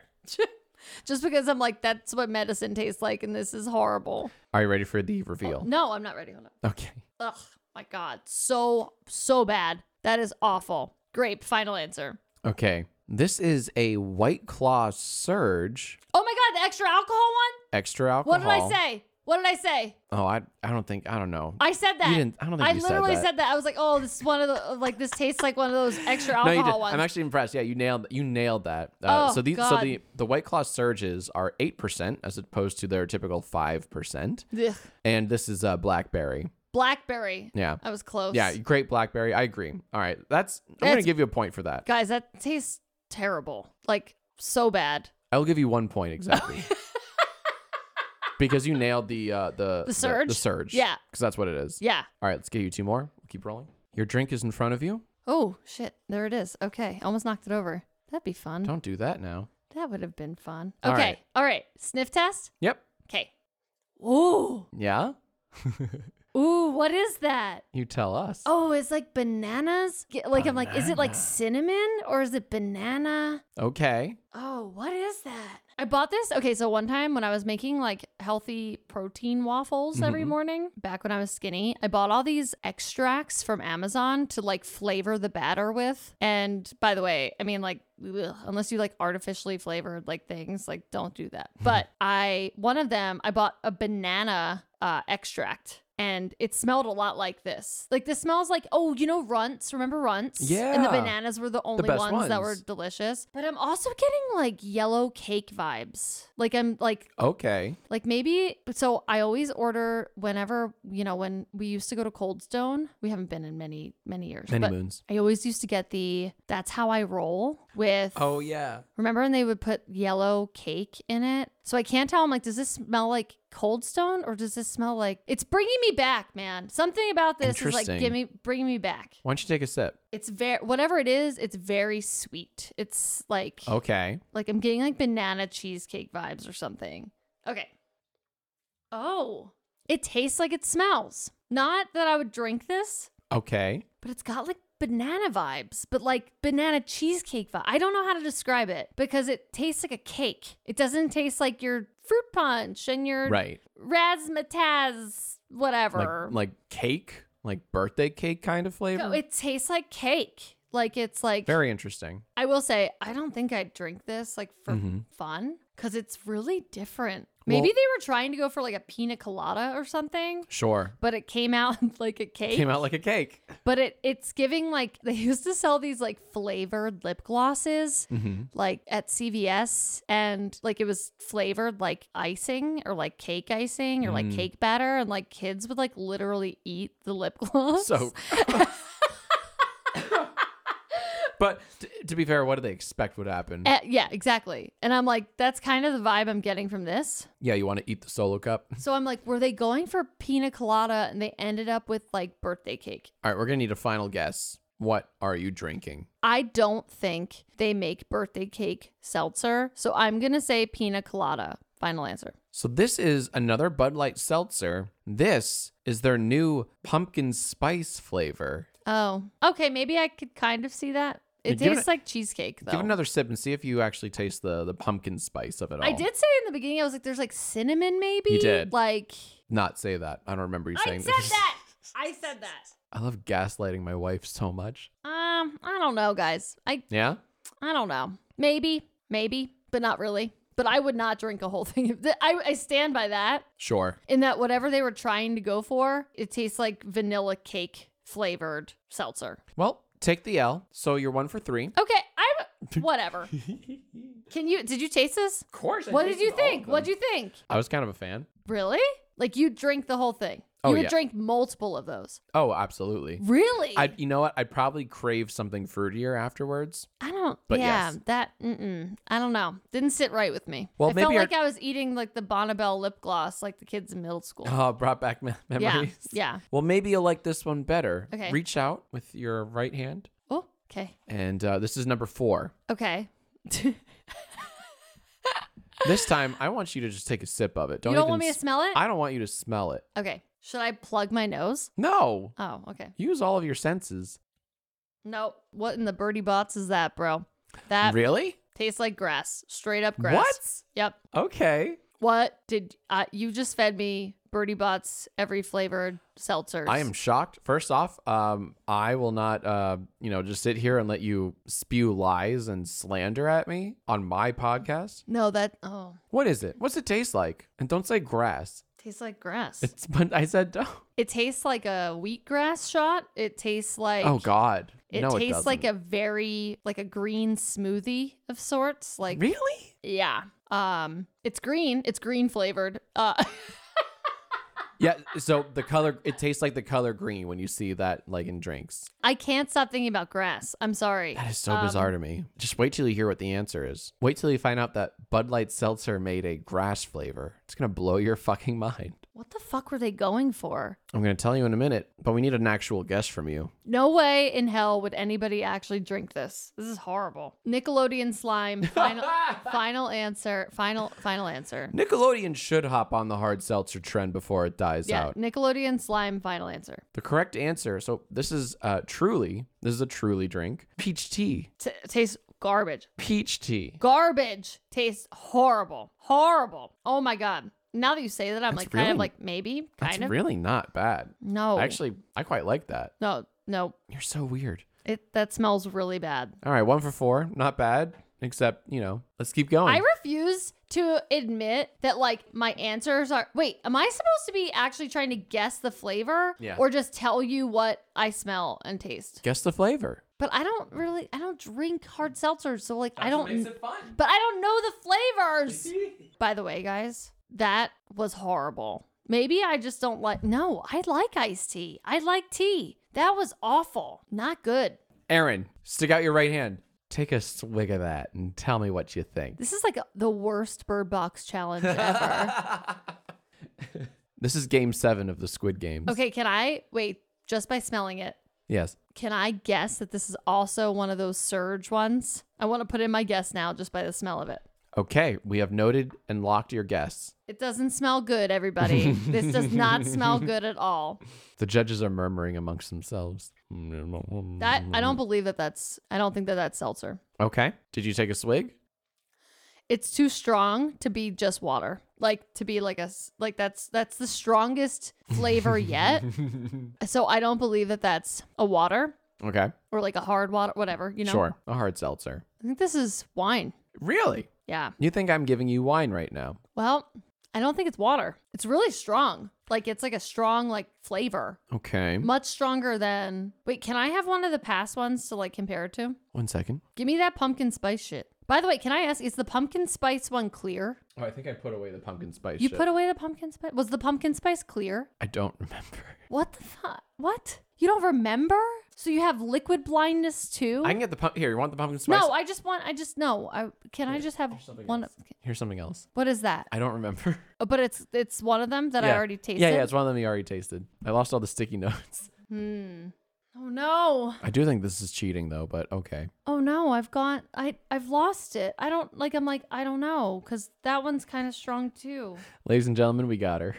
Speaker 2: Just because I'm like that's what medicine tastes like, and this is horrible.
Speaker 1: Are you ready for the reveal?
Speaker 2: No, I'm not ready. Hold on.
Speaker 1: Okay.
Speaker 2: Ugh, my God, so so bad. That is awful. Grape. Final answer.
Speaker 1: Okay. This is a white claw surge
Speaker 2: Oh my God, the extra alcohol one.
Speaker 1: extra alcohol.
Speaker 2: What did I say? What did I say?
Speaker 1: Oh, I I don't think I don't know.
Speaker 2: I said that.
Speaker 1: didn't- I don't think
Speaker 2: I
Speaker 1: you said
Speaker 2: literally
Speaker 1: that.
Speaker 2: said that. I was like, oh, this is one of the like this tastes like one of those extra
Speaker 1: no, you
Speaker 2: alcohol
Speaker 1: did.
Speaker 2: ones.
Speaker 1: I'm actually impressed. Yeah, you nailed you nailed that. Uh,
Speaker 2: Oh,
Speaker 1: so these so
Speaker 2: God.
Speaker 1: the the white claw surges are eight percent as opposed to their typical five percent,
Speaker 2: Ugh.
Speaker 1: and this is uh, blackberry.
Speaker 2: Blackberry.
Speaker 1: Yeah,
Speaker 2: I was close.
Speaker 1: yeah, great blackberry. I agree. All right, that's I'm gonna
Speaker 2: That's-
Speaker 1: give you a point for that.
Speaker 2: Guys, that tastes terrible. Like so bad.
Speaker 1: I will give you one point exactly. Because you nailed the uh, the
Speaker 2: The surge?
Speaker 1: the, surge,
Speaker 2: Yeah.
Speaker 1: because that's what it is.
Speaker 2: Yeah.
Speaker 1: All right, let's get you two more. We'll keep rolling. Your drink is in front of you.
Speaker 2: Oh, shit. There it is. Okay. Almost knocked it over. That'd be fun.
Speaker 1: Don't do that now.
Speaker 2: That would have been fun.
Speaker 1: All
Speaker 2: okay.
Speaker 1: right.
Speaker 2: All right. Sniff test.
Speaker 1: Yep.
Speaker 2: Okay. Ooh.
Speaker 1: Yeah?
Speaker 2: Ooh, what is that?
Speaker 1: You tell us.
Speaker 2: Oh, it's like bananas. Ge- Like I'm like, is it like
Speaker 1: Banana.
Speaker 2: cinnamon or is it banana?
Speaker 1: Okay.
Speaker 2: Oh, what is that? I bought this. Okay, so one time when I was making like healthy protein waffles every
Speaker 1: Mhm.
Speaker 2: morning, back when I was skinny, I bought all these extracts from Amazon to like flavor the batter with. And by the way, I mean like ugh, unless you like artificially flavored like things, like don't do that. But I one of them, I bought a banana uh, extract. And it smelled a lot like this. Like this smells like oh, you know runts. Remember runts? And the
Speaker 1: Yeah.
Speaker 2: bananas were the only
Speaker 1: the
Speaker 2: only
Speaker 1: best
Speaker 2: ones, that were
Speaker 1: ones.
Speaker 2: delicious. But I'm also getting like yellow cake vibes. Like I'm like
Speaker 1: Okay.
Speaker 2: like maybe so I always order whenever, you know, when we used to go to Cold Stone. We haven't been in many, many years.
Speaker 1: Many
Speaker 2: but
Speaker 1: moons.
Speaker 2: I always used to get the that's how I roll with
Speaker 1: Oh, yeah.
Speaker 2: remember when they would put yellow cake in it? So I can't tell. I'm like, does this smell like Cold Stone or does this smell like it's bringing me back, man? Something about this is like
Speaker 1: Interesting.
Speaker 2: give me bringing me back.
Speaker 1: Why don't you take a sip?
Speaker 2: It's very whatever it is, it's very sweet. It's like
Speaker 1: Okay.
Speaker 2: like I'm getting like banana cheesecake vibes or something. Okay. Oh, it tastes like it smells. Not that I would drink this,
Speaker 1: Okay.
Speaker 2: but it's got like banana vibes, but like banana cheesecake vibe. I don't know how to describe it because it tastes like a cake. It doesn't taste like your fruit punch and your
Speaker 1: Right.
Speaker 2: razzmatazz
Speaker 1: Like,
Speaker 2: whatever.
Speaker 1: like cake, like birthday cake kind of flavor.
Speaker 2: No, it tastes like cake. Like it's like
Speaker 1: Very interesting.
Speaker 2: I will say, I don't think I'd drink this like for
Speaker 1: Mhm.
Speaker 2: fun because it's really different. Maybe
Speaker 1: Well-
Speaker 2: they were trying to go for like a pina colada or something,
Speaker 1: Sure.
Speaker 2: but it came out like a cake.
Speaker 1: Came out like a cake.
Speaker 2: but it it's giving like they used to sell these like flavored lip glosses
Speaker 1: Mm-hmm.
Speaker 2: like at CVS and like it was flavored like icing or like cake icing or like
Speaker 1: Mm.
Speaker 2: cake batter and like kids would like literally eat the lip gloss.
Speaker 1: So. but t- to be fair, what do they expect would happen?
Speaker 2: Eh, yeah, exactly. And I'm like, that's kind of the vibe I'm getting from this.
Speaker 1: yeah, you want to eat the solo cup?
Speaker 2: So I'm like, were they going for pina colada and they ended up with like birthday cake?
Speaker 1: All right, we're going to need a final guess. What are you drinking?
Speaker 2: I don't think they make birthday cake seltzer. So I'm going to say pina colada. Final answer.
Speaker 1: So this is another Bud Light seltzer. This is their new pumpkin spice flavor.
Speaker 2: Oh, okay. Maybe I could kind of see that. It
Speaker 1: Yeah, give it
Speaker 2: tastes
Speaker 1: a-
Speaker 2: like cheesecake, though.
Speaker 1: Give it another sip and see if you actually taste the the pumpkin spice of it all.
Speaker 2: I did say in the beginning, I was like, there's like cinnamon, maybe?
Speaker 1: You did.
Speaker 2: Like,
Speaker 1: not say that. I don't remember you
Speaker 2: I
Speaker 1: saying
Speaker 2: said
Speaker 1: this.
Speaker 2: that. I said that.
Speaker 1: I love gaslighting my wife so much.
Speaker 2: Um, I don't know, guys. I,
Speaker 1: Yeah?
Speaker 2: I don't know. Maybe, maybe, but not really. But I would not drink a whole thing. of th- I, I stand by that.
Speaker 1: Sure.
Speaker 2: in that whatever they were trying to go for, it tastes like vanilla cake flavored seltzer.
Speaker 1: Well, take the L. So you're one for three. Of
Speaker 2: Okay, I'm whatever. Can you did you taste this?
Speaker 1: course.
Speaker 2: What did you think? What did you think?
Speaker 1: I was kind of a fan.
Speaker 2: Really? Like you drink the whole thing.
Speaker 1: Oh,
Speaker 2: you would
Speaker 1: yeah.
Speaker 2: drink multiple of those.
Speaker 1: Oh, absolutely.
Speaker 2: Really?
Speaker 1: I you know what? I'd probably crave something fruitier afterwards.
Speaker 2: I don't.
Speaker 1: But
Speaker 2: yeah,
Speaker 1: yes.
Speaker 2: that. Mm-mm, I don't know. Didn't sit right with me.
Speaker 1: Well,
Speaker 2: I
Speaker 1: maybe
Speaker 2: felt
Speaker 1: our-
Speaker 2: like I was eating like the Bonnabelle lip gloss, like the kids in middle school.
Speaker 1: Oh, brought back me-
Speaker 2: yeah,
Speaker 1: memories.
Speaker 2: yeah.
Speaker 1: Well, maybe you'll like this one better.
Speaker 2: Okay.
Speaker 1: Reach out with your right hand.
Speaker 2: Oh, okay,
Speaker 1: And uh, this is number four.
Speaker 2: okay.
Speaker 1: This time, I want you to just take a sip of it. Don't
Speaker 2: you don't
Speaker 1: even
Speaker 2: want me to
Speaker 1: s-
Speaker 2: smell it?
Speaker 1: I don't want you to smell it.
Speaker 2: okay. Should I plug my nose?
Speaker 1: No.
Speaker 2: Oh, okay.
Speaker 1: Use all of your senses.
Speaker 2: No, what in the birdie bots is that, bro? That
Speaker 1: really?
Speaker 2: tastes like grass, straight up grass. Yep.
Speaker 1: What? Okay.
Speaker 2: What did uh, you just fed me? Birdie bots, every flavored seltzers.
Speaker 1: I am shocked. First off, um, I will not, uh, you know, just sit here and let you spew lies and slander at me on my podcast.
Speaker 2: No, that oh,
Speaker 1: What is it? What's it taste like? And don't say grass.
Speaker 2: tastes like grass.
Speaker 1: It's but I said don't.
Speaker 2: it tastes like a wheatgrass shot. It tastes like
Speaker 1: oh God.
Speaker 2: It
Speaker 1: no,
Speaker 2: tastes
Speaker 1: it
Speaker 2: like
Speaker 1: doesn't.
Speaker 2: a very like a green smoothie of sorts. Like
Speaker 1: really.
Speaker 2: yeah, um, it's green. It's green flavored. Uh,
Speaker 1: Yeah. So the color, it tastes like the color green when you see that, like in drinks.
Speaker 2: I can't stop thinking about grass. I'm sorry. Um,
Speaker 1: That is so bizarre to me. Just wait till you hear what the answer is. Wait till you find out that Bud Light Seltzer made a grass flavor. It's gonna blow your fucking mind.
Speaker 2: What the fuck were they going for?
Speaker 1: I'm going to tell you in a minute, but we need an actual guess from you.
Speaker 2: No way in hell would anybody actually drink this. This is horrible. Nickelodeon slime. Final, final answer. Final, final answer.
Speaker 1: Nickelodeon should hop on the hard seltzer trend before it dies
Speaker 2: Yeah,
Speaker 1: out.
Speaker 2: Nickelodeon slime. Final answer.
Speaker 1: The correct answer. So this is uh, truly, this is a truly drink. Peach tea.
Speaker 2: T- tastes garbage.
Speaker 1: Peach tea.
Speaker 2: Garbage. Tastes horrible. Horrible. Oh my god. Now that you say that, I'm
Speaker 1: That's
Speaker 2: like kind
Speaker 1: really-
Speaker 2: of like maybe
Speaker 1: That's
Speaker 2: kind of Oh.
Speaker 1: really not bad.
Speaker 2: no.
Speaker 1: Actually, I quite like that.
Speaker 2: no, no.
Speaker 1: You're so weird.
Speaker 2: It that smells really bad.
Speaker 1: All right, one for four. Not bad. Except, you know, let's keep going.
Speaker 2: I refuse to admit that like my answers are wait, am I supposed to be actually trying to guess the flavor
Speaker 1: Yeah.
Speaker 2: or just tell you what I smell and taste?
Speaker 1: guess the flavor.
Speaker 2: But I don't really I don't drink hard seltzers, so like I don't
Speaker 1: fun.
Speaker 2: but I don't know the flavors. By the way, guys, that was horrible. Maybe I just don't like No, I like iced tea. I like tea. That was awful. Not good.
Speaker 1: Aaron, stick out your right hand. Take a swig of that and tell me what you think.
Speaker 2: This is like the worst bird box challenge ever.
Speaker 1: This is game seven of the Squid Games.
Speaker 2: Okay, can I wait just by smelling it?
Speaker 1: Yes.
Speaker 2: Can I guess that this is also one of those surge ones? I want to put in my guess now just by the smell of it.
Speaker 1: Okay, we have noted and locked your guests.
Speaker 2: It doesn't smell good, everybody. this does not smell good at all.
Speaker 1: The judges are murmuring amongst themselves.
Speaker 2: That I don't believe that that's I don't think that that's seltzer.
Speaker 1: Okay. Did you take a swig?
Speaker 2: It's too strong to be just water. Like to be like a s- like that's that's the strongest flavor yet. so I don't believe that that's a water
Speaker 1: Okay.
Speaker 2: or like a hard water whatever, you know.
Speaker 1: Sure. A hard seltzer.
Speaker 2: I think this is wine.
Speaker 1: Really?
Speaker 2: Yeah.
Speaker 1: You think I'm giving you wine right now?
Speaker 2: Well, I don't think it's water. It's really strong. Like it's like a strong like flavor.
Speaker 1: Okay.
Speaker 2: Much stronger than Wait, can I have one of the past ones to like compare it to?
Speaker 1: One second.
Speaker 2: Give me that pumpkin spice shit. By the way, can I ask is the pumpkin spice one clear?
Speaker 1: Oh, I think I put away the pumpkin spice.
Speaker 2: You put away the pumpkin spice? Was the pumpkin spice clear?
Speaker 1: I don't remember.
Speaker 2: What the fuck? What? You don't remember? So you have liquid blindness too?
Speaker 1: I can get the pump. Here, you want the pumpkin spice?
Speaker 2: no, I just want I just no. I can I just have one of
Speaker 1: Here's something else.
Speaker 2: What is that?
Speaker 1: I don't remember.
Speaker 2: Oh, But it's it's one of them that I already tasted.
Speaker 1: Yeah, yeah, it's one of them you already tasted. I lost all the sticky notes.
Speaker 2: Oh no.
Speaker 1: I do think this is cheating though, but okay.
Speaker 2: oh no i've gone i i've lost it i don't like i'm like i don't know because that one's kind of strong too
Speaker 1: Ladies and gentlemen, we got her.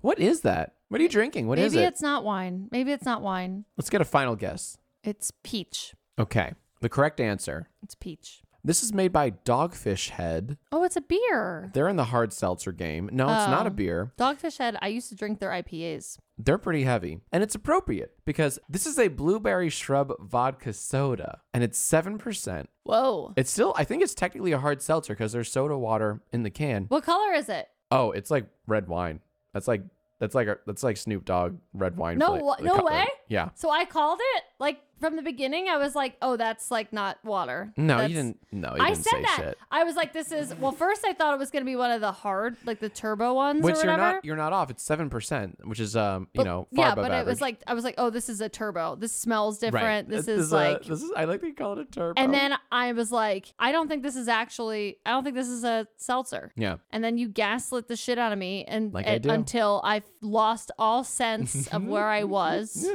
Speaker 1: What is that? What are you drinking? What
Speaker 2: maybe
Speaker 1: is it?
Speaker 2: it's not wine maybe it's not wine
Speaker 1: Let's get a final guess.
Speaker 2: it's peach
Speaker 1: Okay. The correct answer.
Speaker 2: it's peach
Speaker 1: This is made by Dogfish Head.
Speaker 2: oh it's a beer
Speaker 1: They're in the hard seltzer game. No, it's not
Speaker 2: Oh.
Speaker 1: a beer.
Speaker 2: dogfish head i used to drink their ipas
Speaker 1: They're pretty heavy. And it's appropriate because this is a blueberry shrub vodka soda and it's 7%.
Speaker 2: whoa
Speaker 1: It's still, I think it's technically a hard seltzer because there's soda water in the can.
Speaker 2: what color is it
Speaker 1: Oh, it's like red wine. That's like, that's like, a, that's like Snoop Dogg red wine.
Speaker 2: No
Speaker 1: fla-
Speaker 2: wa-
Speaker 1: the
Speaker 2: no way?
Speaker 1: Yeah.
Speaker 2: so i called it like from the beginning i was like oh that's like not water
Speaker 1: No,
Speaker 2: That's-
Speaker 1: you didn't, no, you
Speaker 2: I
Speaker 1: didn't
Speaker 2: said
Speaker 1: say
Speaker 2: that.
Speaker 1: shit.
Speaker 2: I was like, "This is well." First, I thought it was gonna be one of the hard, like the turbo ones
Speaker 1: Which
Speaker 2: or
Speaker 1: you're
Speaker 2: whatever.
Speaker 1: not, you're not off. It's 7%, which is, um, you know, far
Speaker 2: yeah,
Speaker 1: above
Speaker 2: but
Speaker 1: average.
Speaker 2: it was like I was like, oh, this is a turbo. This smells different. This, is,
Speaker 1: a-
Speaker 2: like,
Speaker 1: this is, I like they call it a turbo.
Speaker 2: and then I was like, I don't think this is actually. I don't think this is a seltzer.
Speaker 1: yeah.
Speaker 2: And then you gaslit the shit out of me, and,
Speaker 1: Like I
Speaker 2: and-
Speaker 1: do.
Speaker 2: until I lost all sense of where I was,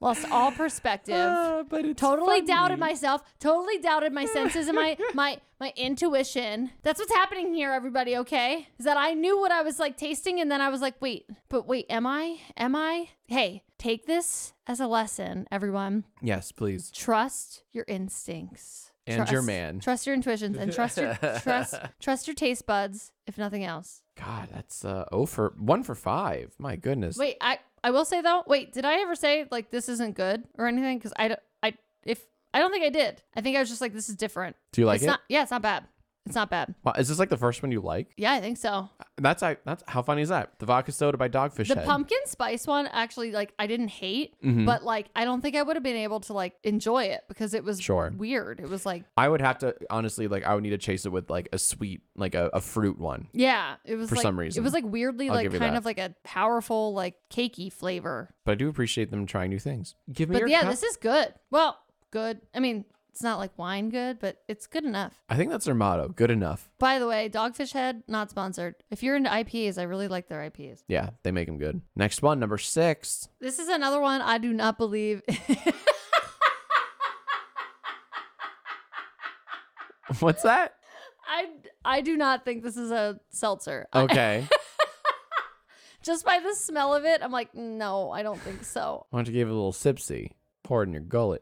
Speaker 2: lost all perspective.
Speaker 1: Ah, but it's
Speaker 2: Totally doubted
Speaker 1: funny.
Speaker 2: myself. Totally doubted my senses and my my my intuition. That's what's happening here, everybody. Okay, is that I knew what I was like tasting, and then I was like, wait, but wait, am I? Am I? Hey, take this as a lesson, everyone.
Speaker 1: Yes, please.
Speaker 2: Trust your instincts
Speaker 1: And your
Speaker 2: Trust-
Speaker 1: man.
Speaker 2: Trust your intuitions and trust your trust trust your taste buds, if nothing else.
Speaker 1: God, that's uh oh for one for five. My goodness.
Speaker 2: Wait, I I will say though. Wait, did I ever say like this isn't good or anything? Because I don't I if I don't think I did. I think I was just like this is different.
Speaker 1: Do you like
Speaker 2: it's
Speaker 1: it?
Speaker 2: not. Yeah, it's not bad. It's not bad.
Speaker 1: Wow, is this like the first one you like?
Speaker 2: Yeah, I think so.
Speaker 1: That's I. That's how funny is that? The vodka soda by Dogfish
Speaker 2: The
Speaker 1: Head.
Speaker 2: pumpkin spice one actually, like, I didn't hate,
Speaker 1: Mm-hmm.
Speaker 2: but like, I don't think I would have been able to like enjoy it because it was
Speaker 1: Sure.
Speaker 2: weird. It was like,
Speaker 1: I would have to honestly like I would need to chase it with like a sweet like a, a fruit one.
Speaker 2: yeah, it was
Speaker 1: For
Speaker 2: like,
Speaker 1: some
Speaker 2: it
Speaker 1: reason.
Speaker 2: was like weirdly like
Speaker 1: give you
Speaker 2: kind
Speaker 1: that.
Speaker 2: of like a powerful like cakey flavor.
Speaker 1: But I do appreciate them trying new things. Give me
Speaker 2: But
Speaker 1: your
Speaker 2: yeah,
Speaker 1: cup.
Speaker 2: this is good. Well, good. I mean, It's not like wine good, but it's good enough.
Speaker 1: I think that's their motto. Good enough.
Speaker 2: By the way, Dogfish Head, not sponsored. If you're into IPAs, I really like their IPAs.
Speaker 1: Yeah, they make them good. Next one, number six.
Speaker 2: This is another one I do not believe.
Speaker 1: What's that?
Speaker 2: I, I do not think this is a seltzer. I-
Speaker 1: Okay.
Speaker 2: just by the smell of it, I'm like, no, I don't think so.
Speaker 1: Why don't you give it a little sipsy? Pour it in your gullet.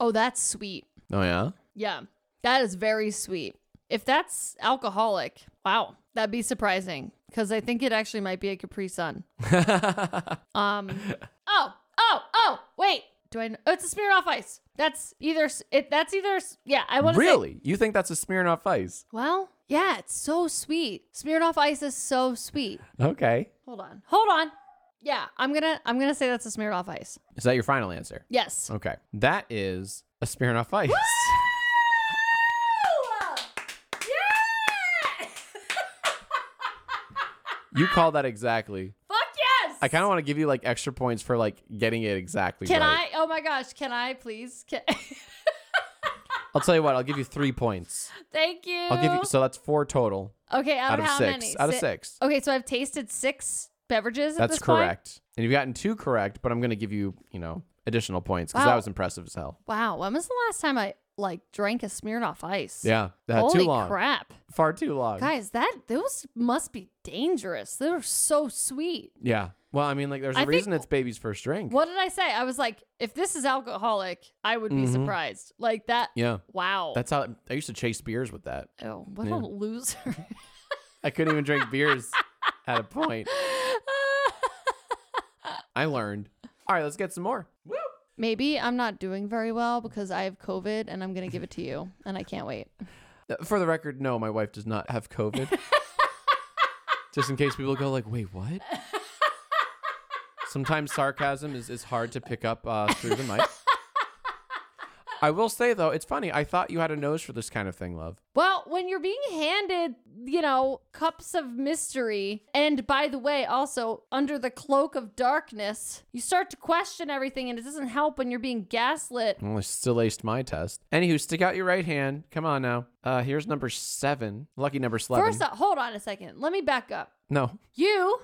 Speaker 2: Oh, that's sweet.
Speaker 1: Oh, yeah?
Speaker 2: Yeah, that is very sweet. If that's alcoholic, wow, that'd be surprising because I think it actually might be a Capri Sun. Um. Oh. Oh. Oh. Wait. Do I? Know? Oh, it's a Smirnoff Ice. That's either. s- It. That's either. s- Yeah. I want to say.
Speaker 1: really? You think that's a Smirnoff Ice?
Speaker 2: Well. Yeah. It's so sweet. Smirnoff Ice is so sweet.
Speaker 1: Okay.
Speaker 2: Hold on. Hold on. Yeah. I'm gonna. I'm gonna say that's a Smirnoff Ice.
Speaker 1: Is that your final answer?
Speaker 2: Yes.
Speaker 1: Okay. That is a Smirnoff Ice.
Speaker 2: Yeah.
Speaker 1: you call that exactly.
Speaker 2: Fuck yes.
Speaker 1: I kind of want to give you like extra points for like getting it exactly
Speaker 2: Can
Speaker 1: right.
Speaker 2: I? Oh my gosh. Can I please? Can-
Speaker 1: I'll tell you what. I'll give you three points.
Speaker 2: Thank you.
Speaker 1: I'll give you. So that's four total
Speaker 2: okay. Out,
Speaker 1: out
Speaker 2: of,
Speaker 1: of
Speaker 2: how
Speaker 1: six.
Speaker 2: many?
Speaker 1: Out of
Speaker 2: Si-
Speaker 1: six.
Speaker 2: Okay, so I've tasted six beverages. at
Speaker 1: That's
Speaker 2: this point?
Speaker 1: correct. And you've gotten two correct, but I'm going to give you, you know, additional points because
Speaker 2: Wow.
Speaker 1: that was impressive as hell.
Speaker 2: Wow. When was the last time I like drank a Smirnoff Ice?
Speaker 1: Yeah. That
Speaker 2: Holy
Speaker 1: too long.
Speaker 2: crap,
Speaker 1: Far too long.
Speaker 2: guys! That those must be dangerous. They were so sweet.
Speaker 1: Yeah. Well, I mean, like, there's a
Speaker 2: I think-
Speaker 1: reason it's baby's first drink.
Speaker 2: What did I say? I was like, if this is alcoholic, I would be
Speaker 1: Mhm.
Speaker 2: surprised. Like that.
Speaker 1: Yeah.
Speaker 2: Wow.
Speaker 1: That's how I used to chase beers with that.
Speaker 2: oh, what
Speaker 1: yeah.
Speaker 2: a loser.
Speaker 1: I couldn't even drink beers at a point. I learned. All right, let's get some more.
Speaker 2: Maybe I'm not doing very well because I have COVID and I'm gonna give it to you, and I can't wait.
Speaker 1: Uh, For the record, no, my wife does not have COVID. Just in case people go like, wait, what? Sometimes sarcasm is, is hard to pick up uh, through the mic. I will say though, it's funny. I thought you had a nose for this kind of thing, love.
Speaker 2: Well, when you're being handed, you know, cups of mystery, and by the way, also under the cloak of darkness, you start to question everything, and it doesn't help when you're being gaslit.
Speaker 1: Well, I still aced my test. Anywho, stick out your right hand. Come on now. Uh, here's number seven. Lucky number seven.
Speaker 2: First up, hold on a second. Let me back up.
Speaker 1: no.
Speaker 2: You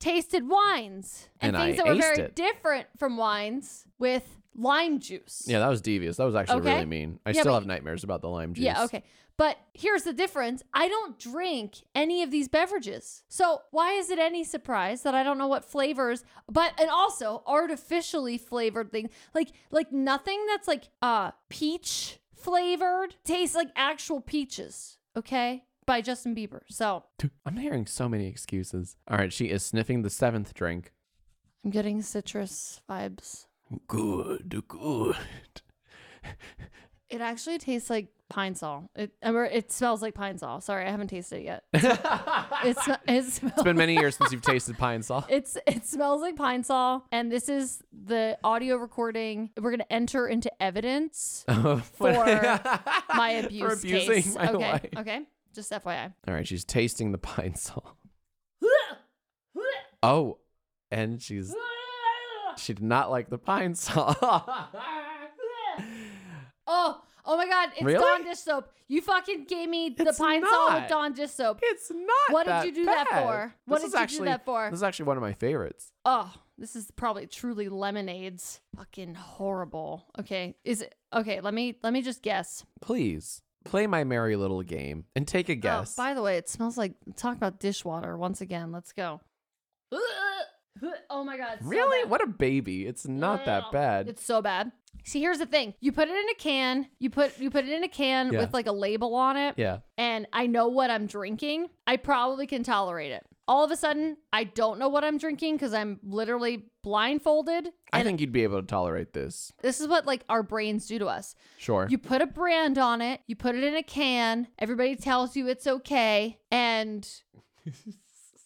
Speaker 2: tasted wines and,
Speaker 1: And
Speaker 2: things
Speaker 1: I
Speaker 2: that were
Speaker 1: aced
Speaker 2: very
Speaker 1: it.
Speaker 2: different from wines with lime juice.
Speaker 1: Yeah, that was devious. That was actually
Speaker 2: Okay.
Speaker 1: really mean. I
Speaker 2: Yeah,
Speaker 1: still
Speaker 2: but-
Speaker 1: have nightmares about the lime juice.
Speaker 2: Yeah, okay. But here's the difference. I don't drink any of these beverages. So why is it any surprise that I don't know what flavors but and also artificially flavored things like like nothing that's like uh peach flavored tastes like actual peaches, okay? By Justin Bieber. So
Speaker 1: I'm hearing so many excuses. All right, she is sniffing the seventh drink.
Speaker 2: I'm getting citrus vibes.
Speaker 1: Good, good.
Speaker 2: It actually tastes like pine sol. It I mean, it smells like pine sol. Sorry, I haven't tasted it yet. It's it smells
Speaker 1: It's been many years since you've tasted pine saw.
Speaker 2: It's it smells like pine saw, and this is the audio recording. We're gonna enter into evidence
Speaker 1: For
Speaker 2: my abuse
Speaker 1: abusing
Speaker 2: case.
Speaker 1: my
Speaker 2: okay,
Speaker 1: wife.
Speaker 2: okay, just FYI.
Speaker 1: All right, she's tasting the pine saw. Oh, and she's she did not like the pine saw.
Speaker 2: Oh, oh my God! It's
Speaker 1: Really?
Speaker 2: Dawn dish soap. You fucking gave me the
Speaker 1: It's
Speaker 2: pine saw
Speaker 1: not.
Speaker 2: with Dawn dish soap.
Speaker 1: it's not.
Speaker 2: What did
Speaker 1: that
Speaker 2: you do that
Speaker 1: bad.
Speaker 2: for? What
Speaker 1: This
Speaker 2: did
Speaker 1: is
Speaker 2: you do
Speaker 1: actually-
Speaker 2: that for?
Speaker 1: This is actually one of my favorites.
Speaker 2: Oh, this is probably truly lemonades. Fucking horrible. Okay, is it okay? Let me let me just guess.
Speaker 1: Please play my merry little game and take a guess.
Speaker 2: Oh, by the way, it smells like talk about dishwater once again. Let's go. Oh my god. it's so
Speaker 1: Really?
Speaker 2: bad.
Speaker 1: What a baby. It's not that
Speaker 2: Ugh.
Speaker 1: bad.
Speaker 2: It's so bad. See, here's the thing. You put it in a can. You put you put it in a can
Speaker 1: Yeah.
Speaker 2: with like a label on it.
Speaker 1: yeah.
Speaker 2: And I know what I'm drinking. I probably can tolerate it. All of a sudden, I don't know what I'm drinking because I'm literally blindfolded.
Speaker 1: I
Speaker 2: And
Speaker 1: think you'd be able to tolerate this.
Speaker 2: this is what like our brains do to us.
Speaker 1: Sure.
Speaker 2: You put a brand on it, you put it in a can, everybody tells you it's okay, and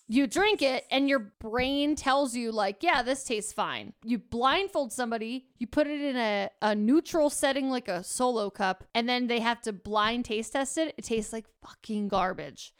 Speaker 2: you drink it, and your brain tells you, like, yeah, this tastes fine. You blindfold somebody, you put it in a, a neutral setting, like a solo cup, and then they have to blind taste test it. It tastes like fucking garbage.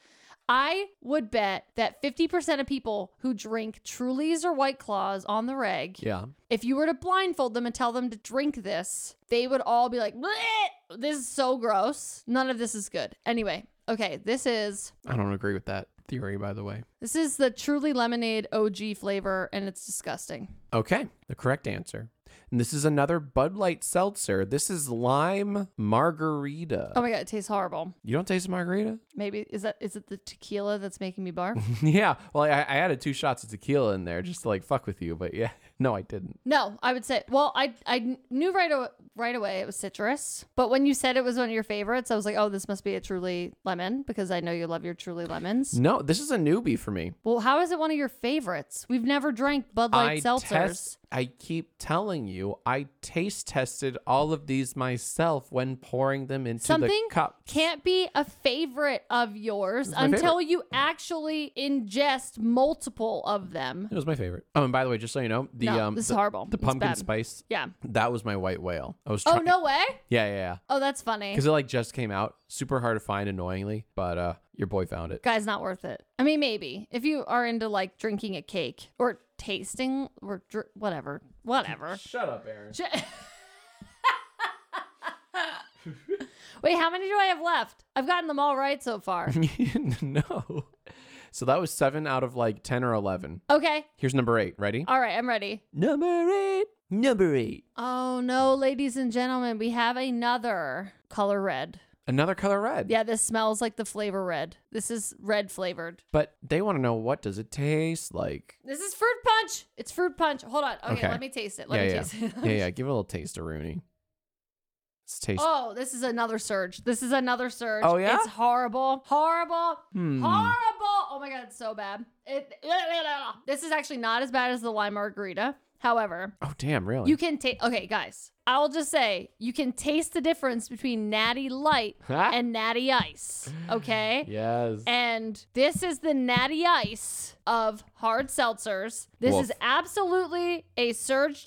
Speaker 2: I would bet that 50% of people who drink Trulies or White Claws on the reg,
Speaker 1: Yeah.
Speaker 2: if you were to blindfold them and tell them to drink this, they would all be like, "Bleh! this is so gross. None of this is good. Anyway, okay, this is
Speaker 1: I don't agree with that theory, by the way.
Speaker 2: this is the truly lemonade OG flavor, and it's disgusting.
Speaker 1: Okay, the correct answer. And this is another Bud Light seltzer. This is lime margarita.
Speaker 2: Oh my god, it tastes horrible.
Speaker 1: You don't taste margarita?
Speaker 2: Maybe is that is it the tequila that's making me barf?
Speaker 1: yeah. Well, I, I added two shots of tequila in there just to like fuck with you, but yeah. No, I didn't.
Speaker 2: no, I would say. Well, I I knew right away, right away it was citrus, but when you said it was one of your favorites, I was like, oh, this must be a truly lemon because I know you love your truly lemons.
Speaker 1: No, this is a newbie for me.
Speaker 2: Well, how is it one of your favorites? We've never drank Bud
Speaker 1: I
Speaker 2: Light seltzers.
Speaker 1: test. I keep telling you, I taste tested all of these myself when pouring them into
Speaker 2: Something
Speaker 1: the cup.
Speaker 2: can't be a favorite of yours
Speaker 1: my
Speaker 2: until you actually ingest multiple of them.
Speaker 1: It was my favorite. Oh, and by the way, just so you know, the
Speaker 2: no,
Speaker 1: um
Speaker 2: this
Speaker 1: the,
Speaker 2: is horrible.
Speaker 1: the
Speaker 2: It's
Speaker 1: pumpkin
Speaker 2: bad.
Speaker 1: spice
Speaker 2: Yeah.
Speaker 1: that was my white whale. I was
Speaker 2: Oh
Speaker 1: trying.
Speaker 2: no way.
Speaker 1: Yeah, yeah, yeah.
Speaker 2: Oh, that's funny.
Speaker 1: Because it like just came out, super hard to find, annoyingly. But uh, your boy found it.
Speaker 2: Guys, not worth it. I mean, maybe if you are into like drinking a cake or tasting or dr- whatever, whatever.
Speaker 1: Shut up, Aaron.
Speaker 2: J- Wait, how many do I have left? I've gotten them all right so far.
Speaker 1: no. So that was seven out of like ten or eleven.
Speaker 2: Okay.
Speaker 1: Here's number eight. Ready?
Speaker 2: All right, I'm ready.
Speaker 1: Number eight. Number eight.
Speaker 2: Oh no, ladies and gentlemen, we have another color red.
Speaker 1: Another color red.
Speaker 2: Yeah, this smells like the flavor red. This is red flavored.
Speaker 1: But they want to know what does it taste like.
Speaker 2: This is fruit punch. It's fruit punch. Hold on. Okay,
Speaker 1: Okay.
Speaker 2: let me taste it. Let me
Speaker 1: yeah,
Speaker 2: taste
Speaker 1: yeah.
Speaker 2: it.
Speaker 1: yeah, yeah. Give it a little taste to Rooney. Let's taste.
Speaker 2: Oh, this is another surge. This is another surge.
Speaker 1: Oh, yeah?
Speaker 2: It's horrible. Horrible.
Speaker 1: Hmm.
Speaker 2: Horrible. Oh my god, it's so bad. It This is actually not as bad as the lime margarita. However,
Speaker 1: Oh, damn, really?
Speaker 2: you can taste Okay, guys. I'll just say you can taste the difference between Natty Light and Natty Ice, okay?
Speaker 1: yes.
Speaker 2: And this is the natty ice of hard seltzers. This
Speaker 1: Woof.
Speaker 2: is absolutely a surge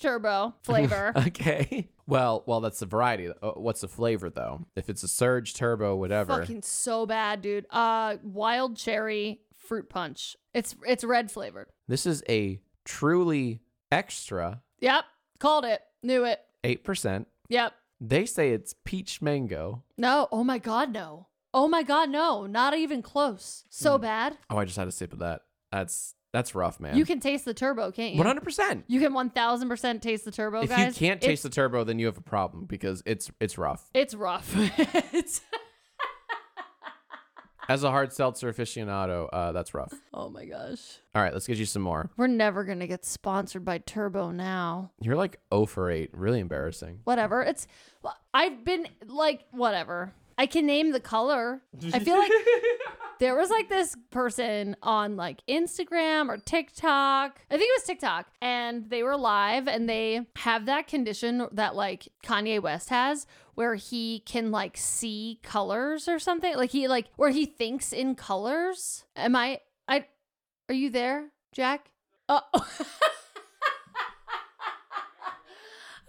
Speaker 2: turbo flavor.
Speaker 1: okay. Well, well, that's the variety. Uh, What's the flavor though? If it's a surge, turbo, whatever.
Speaker 2: Fucking so bad, dude. Uh wild cherry fruit punch. It's it's red flavored.
Speaker 1: This is a truly extra
Speaker 2: Yep. Called it. Knew it.
Speaker 1: eight percent.
Speaker 2: Yep.
Speaker 1: They say it's peach mango.
Speaker 2: No. Oh my god, no. Oh my god, no. Not even close. So bad.
Speaker 1: Oh, I just had a sip of that. That's that's rough, man.
Speaker 2: You can taste the turbo, can't you?
Speaker 1: one hundred percent.
Speaker 2: You can 1000% taste the turbo,
Speaker 1: If
Speaker 2: guys.
Speaker 1: you can't
Speaker 2: It's-
Speaker 1: taste the turbo, then you have a problem because it's it's rough.
Speaker 2: it's rough. It's-
Speaker 1: As a hard seltzer aficionado, uh, that's rough.
Speaker 2: oh my gosh.
Speaker 1: All right, let's get you some more.
Speaker 2: We're never going to get sponsored by Turbo now.
Speaker 1: You're like 0 for 8. Really embarrassing.
Speaker 2: Whatever. It's I've been like whatever. I can name the color. I feel like there was like this person on like Instagram or TikTok. I think it was TikTok and they were live and they have that condition that like Kanye West has where he can like see colors or something. Like he like where he thinks in colors. Am I I are you there, Jack? Oh.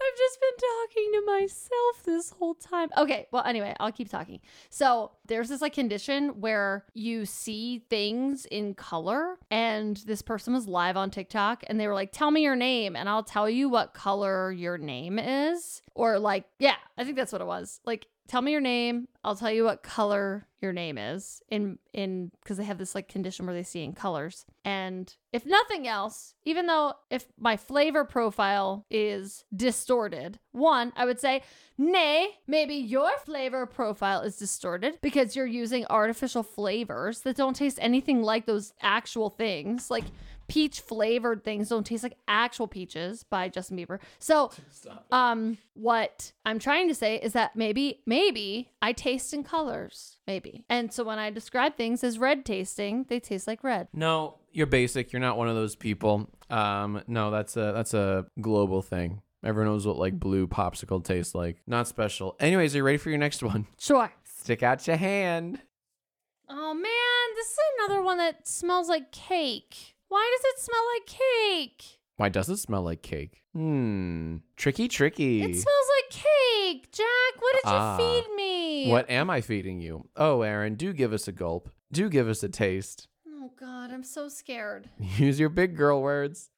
Speaker 2: I've just been talking to myself this whole time. Okay, well, anyway, I'll keep talking. So, there's this like condition where you see things in color, and this person was live on TikTok and they were like, Tell me your name, and I'll tell you what color your name is. Or, like, yeah, I think that's what it was. Like, tell me your name i'll tell you what color your name is in in because they have this like condition where they see in colors and if nothing else even though if my flavor profile is distorted one i would say nay maybe your flavor profile is distorted because you're using artificial flavors that don't taste anything like those actual things like peach flavored things don't taste like actual peaches by justin bieber so um, what I'm trying to say is that maybe, maybe I taste in colors, maybe. And so when I describe things as red tasting, they taste like red.
Speaker 1: No, you're basic. You're not one of those people. Um, no, that's a that's a global thing. Everyone knows what like blue popsicle tastes like. Not special. Anyways, are you ready for your next one?
Speaker 2: Sure.
Speaker 1: Stick out your hand.
Speaker 2: Oh man, this is another one that smells like cake. Why does it smell like cake?
Speaker 1: Why does it smell like cake? Hmm. Tricky, tricky.
Speaker 2: It smells like cake. Jack, what did you
Speaker 1: Ah.
Speaker 2: feed me?
Speaker 1: what am I feeding you? Oh, Aaron, do give us a gulp. Do give us a taste.
Speaker 2: Oh God, I'm so scared.
Speaker 1: Use your big girl words.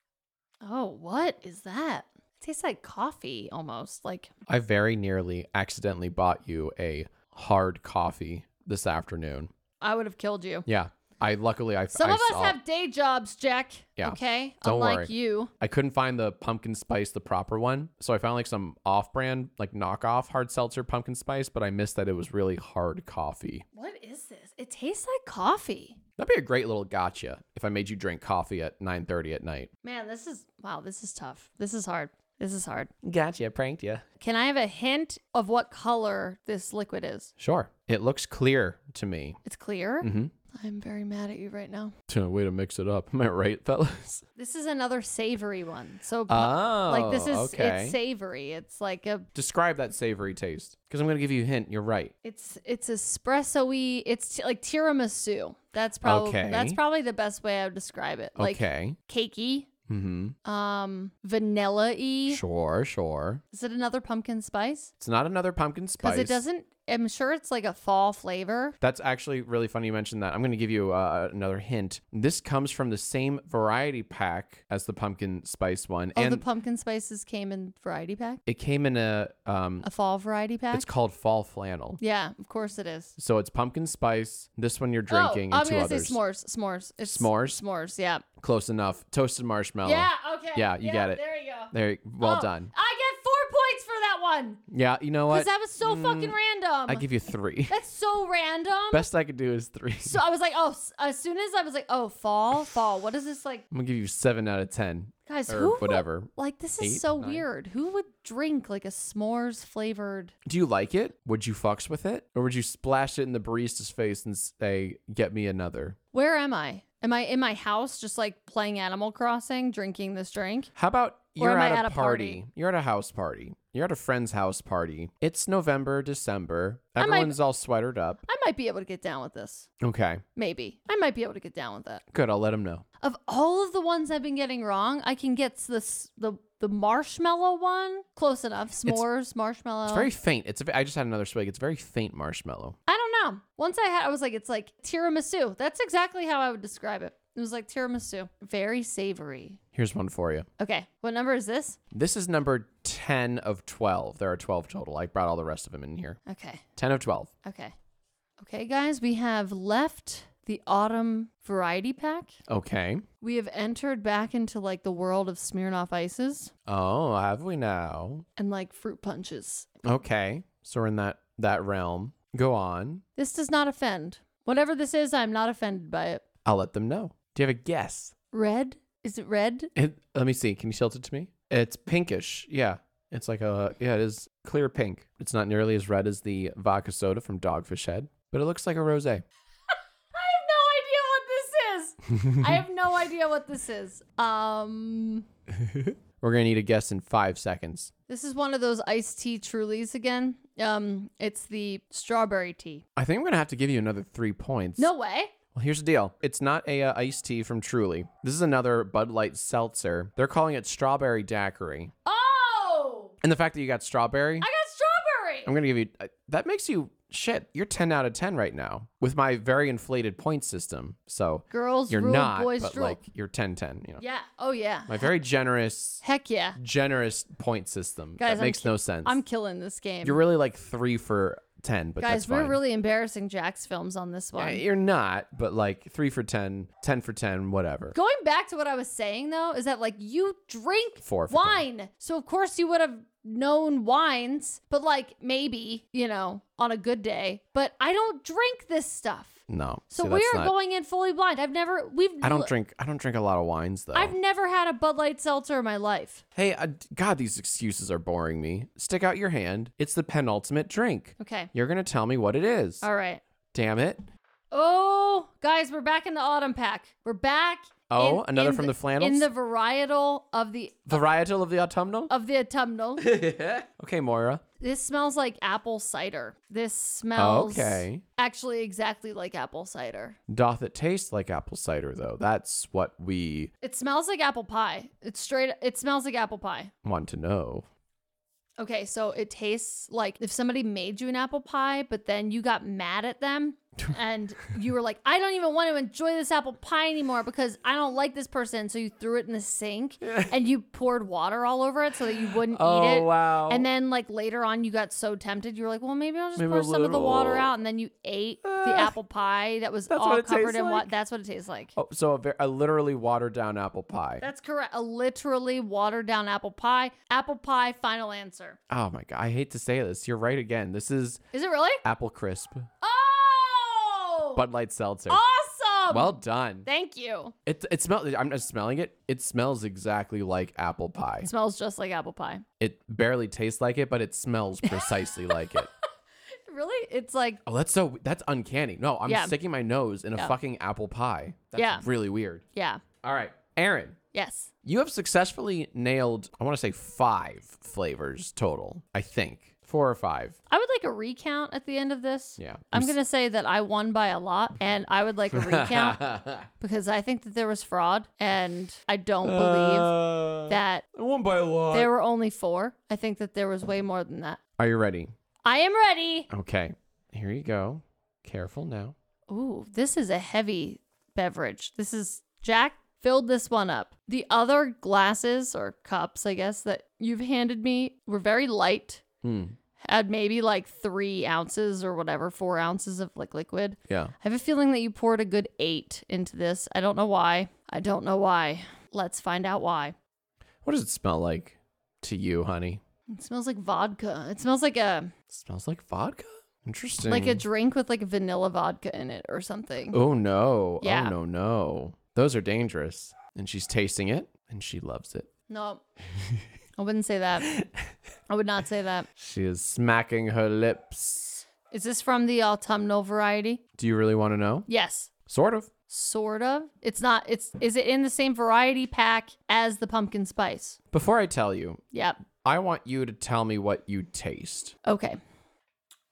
Speaker 2: Oh, what is that? It tastes like coffee almost. Like
Speaker 1: I very nearly accidentally bought you a hard coffee this afternoon.
Speaker 2: I would have killed you.
Speaker 1: Yeah. I luckily I
Speaker 2: Some
Speaker 1: I
Speaker 2: of us
Speaker 1: saw-
Speaker 2: have day jobs, Jack.
Speaker 1: Yeah.
Speaker 2: Okay.
Speaker 1: Don't
Speaker 2: Unlike
Speaker 1: worry.
Speaker 2: you.
Speaker 1: I couldn't find the pumpkin spice, the proper one. So I found like some off brand, like knockoff hard seltzer pumpkin spice, but I missed that it was really hard coffee.
Speaker 2: What is this? It tastes like coffee.
Speaker 1: That'd be a great little gotcha if I made you drink coffee at 9.30 at night.
Speaker 2: Man, this is wow, this is tough. This is hard. This is hard.
Speaker 1: Gotcha, pranked you.
Speaker 2: Can I have a hint of what color this liquid is?
Speaker 1: Sure. It looks clear to me.
Speaker 2: It's clear.
Speaker 1: Mm-hmm.
Speaker 2: I'm very mad at you right now.
Speaker 1: Way to mix it up. Am I right, fellas?
Speaker 2: This is another savory one. So
Speaker 1: Oh,
Speaker 2: like this is
Speaker 1: okay.
Speaker 2: it's savory. It's like a
Speaker 1: Describe that savory taste because I'm going to give you a hint. You're right.
Speaker 2: It's it's espresso-y. It's t- like tiramisu. That's probably
Speaker 1: Okay.
Speaker 2: that's probably the best way I would describe it. Like
Speaker 1: okay.
Speaker 2: cakey,
Speaker 1: Mm-hmm.
Speaker 2: um, vanilla-y.
Speaker 1: Sure, sure.
Speaker 2: Is it another pumpkin spice?
Speaker 1: It's not another pumpkin
Speaker 2: Because
Speaker 1: spice.
Speaker 2: it doesn't. I'm sure it's like a fall flavor.
Speaker 1: That's actually really funny you mentioned that. I'm going to give you uh, another hint. This comes from the same variety pack as the pumpkin spice one,
Speaker 2: Oh,
Speaker 1: and
Speaker 2: the pumpkin spices came in variety pack,
Speaker 1: it came in a. Um,
Speaker 2: a fall variety pack.
Speaker 1: it's called fall flannel.
Speaker 2: yeah, of course it is.
Speaker 1: So it's pumpkin spice. This one you're drinking,
Speaker 2: oh, I'm
Speaker 1: and two
Speaker 2: gonna
Speaker 1: others.
Speaker 2: say s'mores. S'mores. It's
Speaker 1: S'mores?
Speaker 2: S'mores. Yeah.
Speaker 1: Close enough. Toasted marshmallow.
Speaker 2: Yeah. Okay.
Speaker 1: Oh. Yeah, you got it.
Speaker 2: There you go.
Speaker 1: There. Well
Speaker 2: Oh,
Speaker 1: done.
Speaker 2: I get four points for that one
Speaker 1: Yeah. You know
Speaker 2: because
Speaker 1: what? Mm,
Speaker 2: that was so fucking random.
Speaker 1: I give you three.
Speaker 2: That's so random.
Speaker 1: Best I could do is three.
Speaker 2: so I was like, oh, s- as soon as I was like, oh, fall, fall. What is this like,
Speaker 1: I'm gonna give you seven out of ten
Speaker 2: guys?
Speaker 1: or
Speaker 2: who would-
Speaker 1: whatever.
Speaker 2: like this is
Speaker 1: Eight,
Speaker 2: so
Speaker 1: nine.
Speaker 2: weird. Who would drink like a s'mores flavored?
Speaker 1: Do you like it? Would you fucks with it, or would you splash it in the barista's face and say, "Get me another"?
Speaker 2: Where am I? Am I in my house, just like playing Animal Crossing, drinking this drink?
Speaker 1: How about
Speaker 2: Or
Speaker 1: you're
Speaker 2: am I
Speaker 1: at, a,
Speaker 2: at a
Speaker 1: party.
Speaker 2: party?
Speaker 1: You're at a house party. You're at a friend's house party. It's November, December.
Speaker 2: I might-
Speaker 1: Everyone's all sweatered up.
Speaker 2: I might be able to get down with this.
Speaker 1: Okay,
Speaker 2: Maybe I might be able to get down with that.
Speaker 1: good. I'll let them know.
Speaker 2: Of all of the ones I've been getting wrong, I can get this the the marshmallow one close enough. S'mores, marshmallow.
Speaker 1: It's very faint. It's. A, ve- I just had another swig. It's very faint marshmallow.
Speaker 2: I don't know. Once I had, I was like, it's like tiramisu. That's exactly how I would describe it. It was like tiramisu, very savory.
Speaker 1: Here's one for you.
Speaker 2: Okay, what number is this?
Speaker 1: This is number ten of twelve. There are twelve total. I brought all the rest of them in here.
Speaker 2: Okay,
Speaker 1: Ten of twelve.
Speaker 2: okay, okay, guys. We have left the autumn variety pack.
Speaker 1: Okay.
Speaker 2: We have entered back into like the world of Smirnoff ices
Speaker 1: Oh, have we now?
Speaker 2: and like fruit punches.
Speaker 1: Okay. So we're in that that realm. Go on.
Speaker 2: This does not offend. Whatever this is, I'm not offended by it.
Speaker 1: I'll let them know. Do you have a guess?
Speaker 2: Red? Is it red?
Speaker 1: It, let me see. Can you tilt it to me? It's pinkish. Yeah. It's like a yeah, it is clear pink. It's not nearly as red as the vodka soda from Dogfish Head, but it looks like a rosé.
Speaker 2: I have no idea what this is. I have no idea what this is. Um,
Speaker 1: We're going to need a guess in 5 seconds.
Speaker 2: This is one of those iced tea Trulies again. Um, it's the strawberry tea.
Speaker 1: I think I'm going to have to give you another 3 points.
Speaker 2: No way.
Speaker 1: Well, here's the deal. It's not a uh, iced tea from Truly. This is another Bud Light seltzer. They're calling it strawberry daiquiri.
Speaker 2: Oh,
Speaker 1: And the fact that you got strawberry
Speaker 2: I got
Speaker 1: I'm
Speaker 2: strawberry.
Speaker 1: gonna give you uh, that makes you shit. You're ten out of ten right now with my very inflated point system. So
Speaker 2: Girls
Speaker 1: you're
Speaker 2: rule,
Speaker 1: not,
Speaker 2: boys
Speaker 1: but
Speaker 2: rule.
Speaker 1: like you're 10-10, You know,
Speaker 2: yeah. Oh yeah.
Speaker 1: my very generous,
Speaker 2: Heck yeah.
Speaker 1: generous point system that
Speaker 2: Guys, I'm
Speaker 1: makes
Speaker 2: ki-
Speaker 1: no sense.
Speaker 2: I'm killing this game.
Speaker 1: you're really like three for ten, but
Speaker 2: Guys,
Speaker 1: that's
Speaker 2: we're
Speaker 1: fine.
Speaker 2: really embarrassing Jack's films on this
Speaker 1: Uh,
Speaker 2: one.
Speaker 1: You're not, but like three for 10, 10 for ten, whatever.
Speaker 2: Going back to what I was saying though, is that like you drink
Speaker 1: Four for
Speaker 2: wine, so of course you would have known wines, but like maybe you know on a good day. But I don't drink this stuff.
Speaker 1: No,
Speaker 2: So
Speaker 1: see,
Speaker 2: we
Speaker 1: that's
Speaker 2: are
Speaker 1: not-
Speaker 2: going in fully blind. I've never we've
Speaker 1: I
Speaker 2: li-
Speaker 1: don't drink. I don't drink a lot of wines though.
Speaker 2: I've never had a Bud Light seltzer in my life.
Speaker 1: Hey, I, God, these excuses are boring me. Stick out your hand. It's the penultimate drink.
Speaker 2: Okay.
Speaker 1: You're gonna tell me what it is.
Speaker 2: All right.
Speaker 1: Damn it.
Speaker 2: Oh, guys, we're back in the autumn pack. We're back.
Speaker 1: Oh, another from the
Speaker 2: in
Speaker 1: flannels?
Speaker 2: the varietal of the
Speaker 1: Varietal of the autumnal?
Speaker 2: of the autumnal.
Speaker 1: okay, Moira.
Speaker 2: this smells like apple cider. This smells
Speaker 1: Okay.
Speaker 2: actually exactly like apple cider.
Speaker 1: Doth it taste like apple cider, though? That's what we
Speaker 2: It smells like apple pie. It's straight. It smells like apple pie.
Speaker 1: want to know.
Speaker 2: Okay, so it tastes like if somebody made you an apple pie, but then you got mad at them and you were like, I don't even want to enjoy this apple pie anymore because I don't like this person. So you threw it in the sink and you poured water all over it so that you wouldn't eat
Speaker 1: Oh
Speaker 2: it.
Speaker 1: wow.
Speaker 2: And then, like later on, you got so tempted, you were like, "Well, maybe I'll just
Speaker 1: Maybe
Speaker 2: pour
Speaker 1: a
Speaker 2: some of the water
Speaker 1: little.
Speaker 2: out." And then you ate the
Speaker 1: Ah,
Speaker 2: apple pie that was
Speaker 1: that's
Speaker 2: all
Speaker 1: what it
Speaker 2: covered
Speaker 1: tastes
Speaker 2: in water.
Speaker 1: like?
Speaker 2: That's what it tastes like.
Speaker 1: oh, so a, ver- a literally watered down apple pie.
Speaker 2: That's correct. A literally watered down apple pie. Apple pie. Final answer.
Speaker 1: Oh my god, I hate to say this. You're right again. This is
Speaker 2: Is it really?
Speaker 1: apple crisp,
Speaker 2: Oh,
Speaker 1: Bud Light seltzer.
Speaker 2: awesome.
Speaker 1: Well done.
Speaker 2: thank you.
Speaker 1: It it smells. I'm just smelling it. It smells exactly like apple pie.
Speaker 2: It smells just like apple pie.
Speaker 1: It barely tastes like it, but it smells precisely like it.
Speaker 2: Really? It's like
Speaker 1: Oh, that's so that's uncanny. No, I'm
Speaker 2: Yeah.
Speaker 1: sticking my nose in a
Speaker 2: Yeah.
Speaker 1: fucking apple pie. That's
Speaker 2: Yeah.
Speaker 1: really weird.
Speaker 2: yeah.
Speaker 1: All right, Aaron,
Speaker 2: Yes.
Speaker 1: you have successfully nailed. I want to say five flavors total. I think four or five.
Speaker 2: I would like a recount at the end of this.
Speaker 1: Yeah.
Speaker 2: I'm going to say that I won by a lot and I would like a recount because I think that there was fraud and I don't believe
Speaker 1: Uh,
Speaker 2: that
Speaker 1: I won by a lot.
Speaker 2: there were only 4. I think that there was way more than that.
Speaker 1: Are you ready?
Speaker 2: I am ready.
Speaker 1: Okay, here you go. Careful now.
Speaker 2: Ooh, this is a heavy beverage. This is Jack filled this one up. The other glasses or cups, I guess, that you've handed me were very light,
Speaker 1: Hmm.
Speaker 2: had maybe like three ounces or whatever, four ounces of like liquid.
Speaker 1: Yeah.
Speaker 2: I have a feeling that you poured a good eight into this. I don't know why. I don't know why. Let's find out why.
Speaker 1: What does it smell like to you, honey?
Speaker 2: It smells like vodka. It smells like a
Speaker 1: smells like vodka. Interesting.
Speaker 2: like a drink with like vanilla vodka in it or something.
Speaker 1: Oh no.
Speaker 2: Yeah.
Speaker 1: Oh no no. Those are dangerous. And she's tasting it and she loves it.
Speaker 2: No. I wouldn't say that. I would not say that.
Speaker 1: She is smacking her lips.
Speaker 2: Is this from the autumnal variety?
Speaker 1: Do you really want to know?
Speaker 2: Yes.
Speaker 1: Sort of.
Speaker 2: Sort of. It's not it's is it in the same variety pack as the pumpkin spice?
Speaker 1: Before I tell you,
Speaker 2: Yep.
Speaker 1: I want you to tell me what you taste.
Speaker 2: Okay.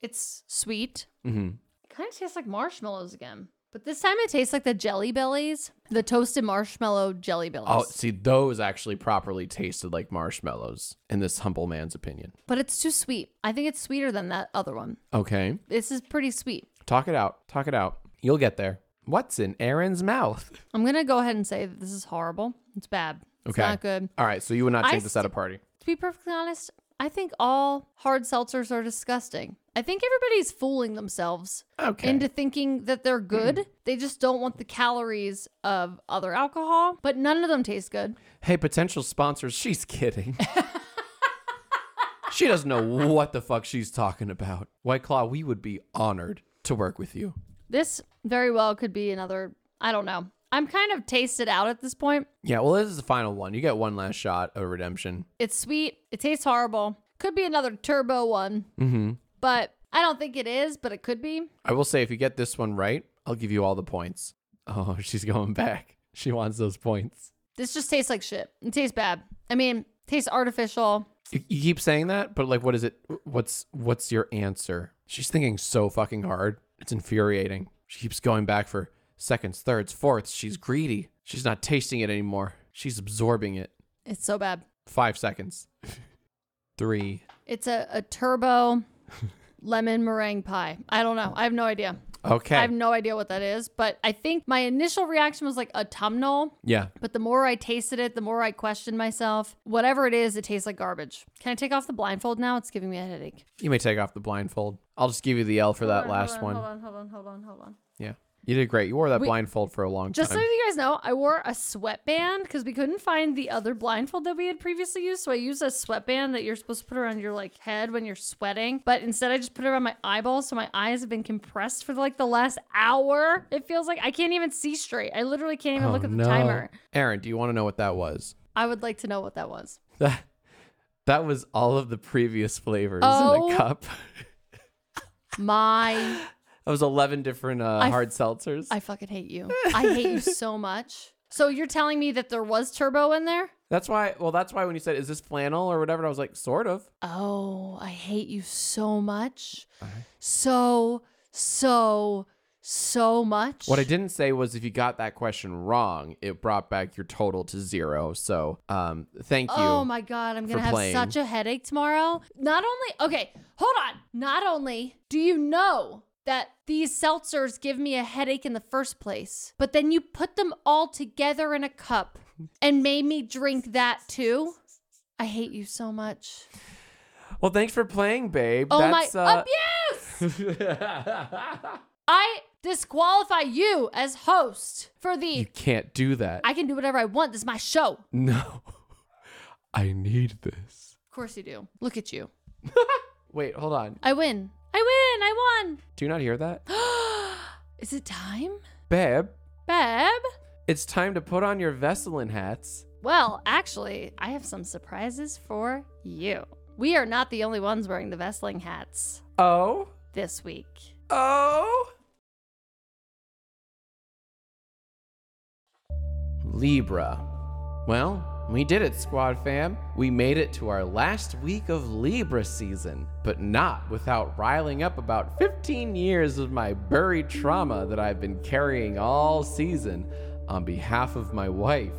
Speaker 2: It's sweet.
Speaker 1: Mhm.
Speaker 2: It kind of tastes like marshmallows again. But this time it tastes like the jelly bellies. The toasted marshmallow jelly bellies.
Speaker 1: Oh, see, those actually properly tasted like marshmallows, in this humble man's opinion.
Speaker 2: But it's too sweet. I think it's sweeter than that other one.
Speaker 1: Okay.
Speaker 2: This is pretty sweet.
Speaker 1: Talk it out. Talk it out. You'll get there. What's in Aaron's mouth?
Speaker 2: I'm gonna go ahead and say that this is horrible. It's bad. It's
Speaker 1: Okay.
Speaker 2: not good.
Speaker 1: All right, so you would not
Speaker 2: I
Speaker 1: take this at a party.
Speaker 2: to be perfectly honest, I think all hard seltzers are disgusting. I think everybody's fooling themselves
Speaker 1: Okay. Mm-hmm.
Speaker 2: into thinking that they're good. They just don't want the calories of other alcohol, but none of them taste good.
Speaker 1: Hey, potential sponsors, she's kidding. she doesn't know what the fuck she's talking about. White Claw, we would be honored to work with you.
Speaker 2: This very well could be another, I don't know. I'm kind of tasted out at this point.
Speaker 1: Yeah, well, this is the final one. You get one last shot of redemption.
Speaker 2: It's sweet, it tastes horrible. Could be another turbo one,
Speaker 1: Mm-hmm.
Speaker 2: but I don't think it is, but it could be.
Speaker 1: I will say, if you get this one right, I'll give you all the points. Oh, she's going back. She wants those points.
Speaker 2: This just tastes like shit. It tastes bad. I mean, tastes artificial.
Speaker 1: You, you keep saying that, but like, what is it? What's what's your answer? She's thinking so fucking hard. It's infuriating. She keeps going back for seconds, thirds, fourths. She's greedy. She's not tasting it anymore. She's absorbing it.
Speaker 2: It's so bad.
Speaker 1: Five seconds. Three.
Speaker 2: It's a, a turbo lemon meringue pie. I don't know. I have no idea.
Speaker 1: Okay.
Speaker 2: I have no idea what that is, but I think my initial reaction was like autumnal.
Speaker 1: yeah.
Speaker 2: But the more I tasted it, the more I questioned myself. Whatever it is, it tastes like garbage. Can I take off the blindfold now? It's giving me a headache.
Speaker 1: You may take off the blindfold. I'll just give you the L for that last one.
Speaker 2: Hold on, hold on, hold on, hold on.
Speaker 1: Yeah. You did great. You wore that blindfold for a long
Speaker 2: Just so
Speaker 1: time.
Speaker 2: you guys know, I wore a sweatband because we couldn't find the other blindfold that we had previously used. So I used a sweatband that you're supposed to put around your like head when you're sweating. But instead I just put it around my eyeballs. So my eyes have been compressed for like the last hour. It feels like I can't even see straight. I literally can't
Speaker 1: Oh,
Speaker 2: even look at the timer.
Speaker 1: Aaron, do you want to know what that was?
Speaker 2: I would like to know what that was.
Speaker 1: That that was all of the previous flavors in
Speaker 2: Oh.
Speaker 1: a cup.
Speaker 2: My
Speaker 1: That was eleven different uh,
Speaker 2: I-
Speaker 1: hard seltzers.
Speaker 2: I fucking hate you. I hate you so much. So you're telling me that there was turbo in there?
Speaker 1: that's why. Well, that's why when you said, "Is this flannel or whatever?" I was like, "Sort of."
Speaker 2: Oh, I hate you so much.
Speaker 1: Uh-huh.
Speaker 2: So, so, so much.
Speaker 1: What I didn't say was, if you got that question wrong, it brought back your total to zero. So, um, thank you.
Speaker 2: Oh my god, I'm gonna
Speaker 1: for
Speaker 2: have
Speaker 1: playing.
Speaker 2: such a headache tomorrow. Not only okay, hold on. Not only do you know that these seltzers give me a headache in the first place. But then you put them all together in a cup and made me drink that too. I hate you so much.
Speaker 1: Well, thanks for playing, babe.
Speaker 2: Oh
Speaker 1: That's
Speaker 2: my
Speaker 1: uh,
Speaker 2: abuse! I disqualify you as host for the
Speaker 1: you can't do that.
Speaker 2: I can do whatever I want. This is my show. Of
Speaker 1: no, I need this.
Speaker 2: course you do. Look at you.
Speaker 1: Wait, hold on.
Speaker 2: I win. I win. I won.
Speaker 1: Do you not hear that,
Speaker 2: Is it time?
Speaker 1: babe?
Speaker 2: Beb?
Speaker 1: It's time to put on your Vesselin hats.
Speaker 2: Well, actually, I have some surprises for you. We are not the only ones wearing the Vestling hats
Speaker 1: Oh,
Speaker 2: this week.
Speaker 1: oh. Libra. Well, we did it, squad fam. We made it to our last week of Libra season, but not without riling up about 15 years of my buried trauma that I've been carrying all season on behalf of my wife.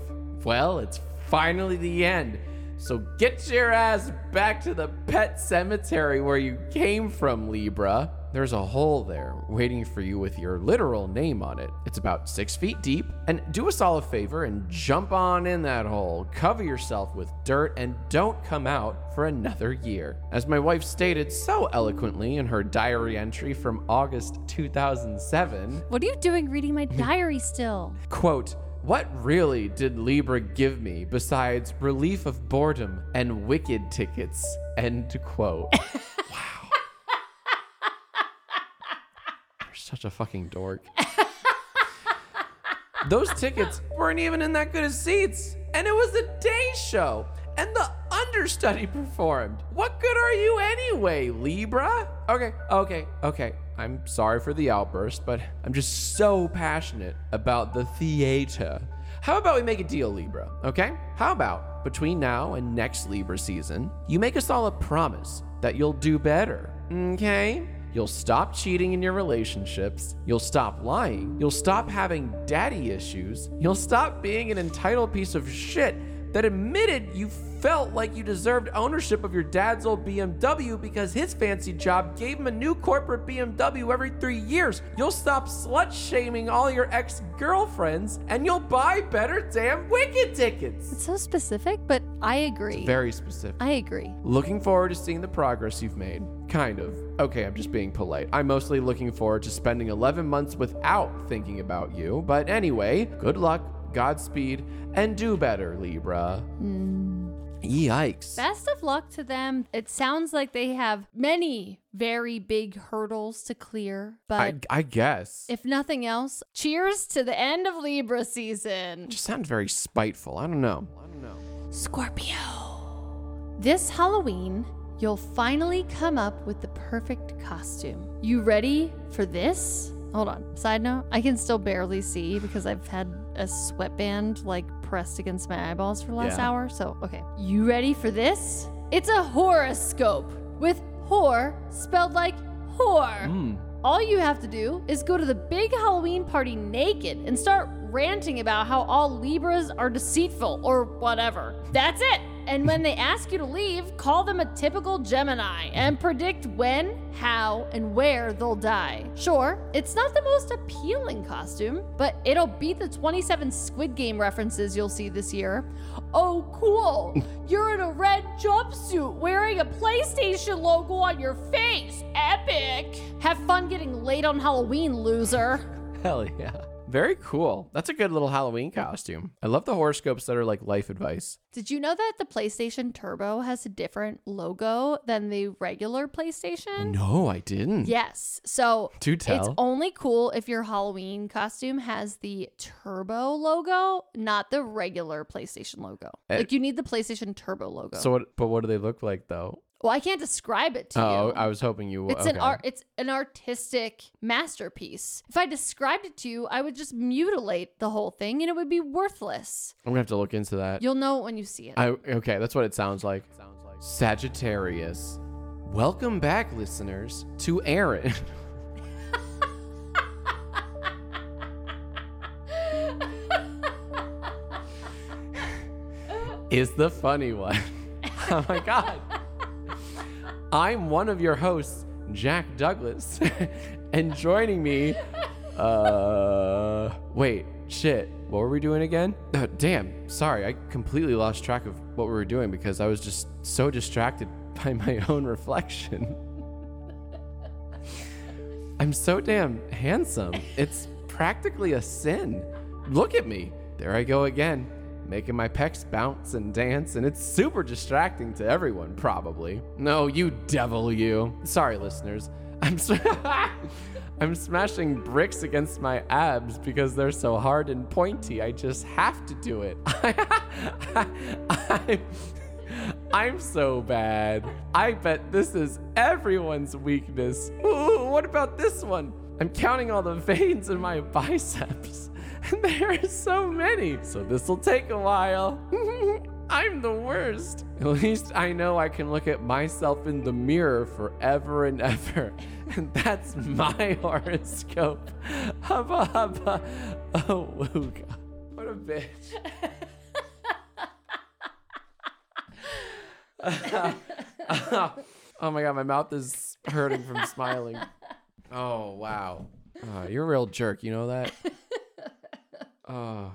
Speaker 1: Well, it's finally the end. So get your ass back to the pet cemetery where you came from, Libra. There's a hole there waiting for you with your literal name on it. It's about six feet deep. And do us all a favor and jump on in that hole. Cover yourself with dirt and don't come out for another year. As my wife stated so eloquently in her diary entry from August 2007,
Speaker 2: What are you doing reading my diary still?
Speaker 1: quote, what really did Libra give me besides relief of boredom and wicked tickets? End quote. wow. You're such a fucking dork. Those tickets weren't even in that good of seats, and it was a day show, and the understudy performed. What good are you anyway, Libra? Okay, okay, okay. I'm sorry for the outburst, but I'm just so passionate about the theater. How about we make a deal, Libra? Okay? How about between now and next Libra season, you make us all a promise that you'll do better? Okay? You'll stop cheating in your relationships. You'll stop lying. You'll stop having daddy issues. You'll stop being an entitled piece of shit that admitted you felt like you deserved ownership of your dad's old BMW because his fancy job gave him a new corporate BMW every three years. You'll stop slut shaming all your ex girlfriends and you'll buy better damn wicked tickets.
Speaker 2: It's so specific, but I agree.
Speaker 1: Very specific.
Speaker 2: I agree.
Speaker 1: Looking forward to seeing the progress you've made. Kind of. Okay, I'm just being polite. I'm mostly looking forward to spending 11 months without thinking about you. But anyway, good luck, Godspeed, and do better, Libra. Yikes.
Speaker 2: Best of luck to them. It sounds like they have many very big hurdles to clear, but
Speaker 1: I, I guess.
Speaker 2: if nothing else, cheers to the end of Libra season.
Speaker 1: just sounds very spiteful. I don't know. I don't know.
Speaker 2: Scorpio. This Halloween, you'll finally come up with the perfect costume. You ready for this? Hold on. Side note, I can still barely see because I've had a sweatband like pressed against my eyeballs for the last
Speaker 1: Yeah.
Speaker 2: hour. So, okay. You ready for this? It's a horoscope with whore spelled like whore.
Speaker 1: Hmm.
Speaker 2: All you have to do is go to the big Halloween party naked and start ranting about how all Libras are deceitful or whatever. That's it. And when they ask you to leave, call them a typical Gemini and predict when, how, and where they'll die. Sure, it's not the most appealing costume, but it'll beat the 27 Squid Game references you'll see this year. Oh, cool. You're in a red jumpsuit wearing a PlayStation logo on your face. Epic. Have fun getting laid on Halloween, loser.
Speaker 1: Hell yeah. Very cool. That's a good little Halloween costume. I love the horoscopes that are like life advice.
Speaker 2: Did you know that the PlayStation Turbo has a different logo than the regular PlayStation?
Speaker 1: No, I didn't.
Speaker 2: Yes. So
Speaker 1: Do
Speaker 2: It's
Speaker 1: tell.
Speaker 2: only cool if your Halloween costume has the turbo logo, not the regular PlayStation logo.
Speaker 1: Eh.
Speaker 2: like you need the PlayStation Turbo logo.
Speaker 1: so what but what do they look like though?
Speaker 2: well, I can't describe it to
Speaker 1: Oh,
Speaker 2: you.
Speaker 1: I was hoping you would.
Speaker 2: It's an art. It's an artistic masterpiece. If I described it to you, I would just mutilate the whole thing, and it would be worthless.
Speaker 1: I'm gonna have to look into that.
Speaker 2: You'll know it when you see it.
Speaker 1: I okay, that's what it sounds like. Sounds like Sagittarius. Welcome back, listeners, to Aaron. is the funny one. oh my god. I'm one of your hosts, Jack Douglas, And joining me, uh, wait, shit, what were we doing again? Uh, damn, sorry, I completely lost track of what we were doing because I was just so distracted by my own reflection. I'm so damn handsome. It's practically a sin. Look at me. There I go again, making my pecs bounce and dance, and it's super distracting to everyone, probably. No, you devil, you. Sorry, listeners. I'm, s am smashing bricks against my abs because they're so hard and pointy. I just have to do it. I'm- I'm so bad. I bet this is everyone's weakness. Ooh, what about this one? I'm counting all the veins in my biceps, and there are so many. So this'll take a while. I'm the worst. At least I know I can look at myself in the mirror forever and ever. And that's my horoscope. Hubba hubba. Oh, wooga. What a bitch. oh my god, my mouth is hurting from smiling. Oh wow, Uh, you're a real jerk. You know that. Oh.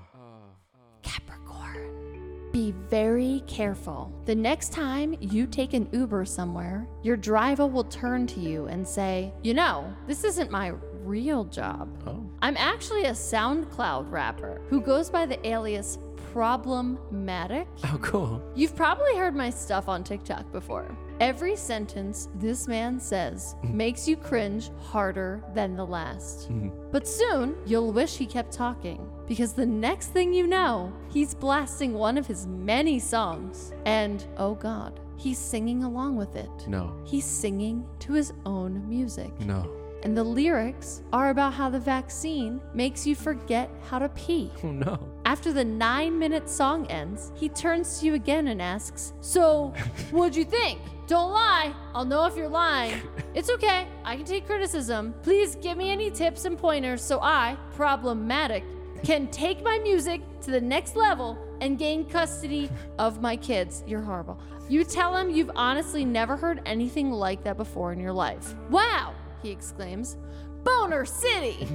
Speaker 2: Capricorn, be very careful. The next time you take an Uber somewhere, your driver will turn to you and say, You know, this isn't my real job.
Speaker 1: oh,
Speaker 2: I'm actually a SoundCloud rapper who goes by the alias Problematic.
Speaker 1: oh, cool.
Speaker 2: You've probably heard my stuff on TikTok before. Every sentence this man says makes you cringe harder than the last. But soon, you'll wish he kept talking because the next thing you know, he's blasting one of his many songs. And oh god, he's singing along with it.
Speaker 1: No,
Speaker 2: He's singing to his own music.
Speaker 1: no.
Speaker 2: And the lyrics are about how the vaccine makes you forget how to pee.
Speaker 1: Oh no.
Speaker 2: After the nine minute song ends, he turns to you again and asks, So, what'd you think? Don't lie. I'll know if you're lying. It's okay. I can take criticism. Please give me any tips and pointers so I, problematic, can take my music to the next level and gain custody of my kids. You're horrible. You tell him you've honestly never heard anything like that before in your life. Wow, he exclaims. Boner City!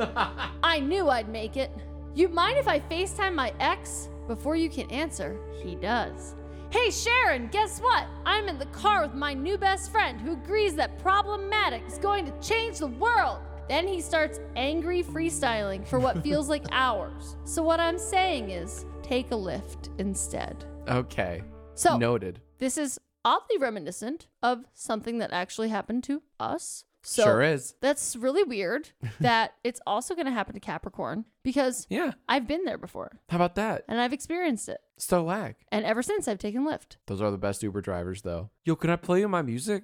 Speaker 2: I knew I'd make it. You mind if I FaceTime my ex? Before you can answer, he does. Hey Sharon, guess what? I'm in the car with my new best friend who agrees that problematic is going to change the world. Then he starts angry freestyling for what feels like hours. So what I'm saying is, take a lift instead.
Speaker 1: Okay.
Speaker 2: So
Speaker 1: Noted.
Speaker 2: this is oddly reminiscent of something that actually happened to us. So
Speaker 1: sure is.
Speaker 2: that's really weird that it's also going to happen to Capricorn because
Speaker 1: Yeah.
Speaker 2: I've been there before
Speaker 1: How about that?
Speaker 2: and I've experienced it.
Speaker 1: So lag.
Speaker 2: And ever since I've taken Lyft.
Speaker 1: Those are the best Uber drivers, though. Yo, can I play you my music?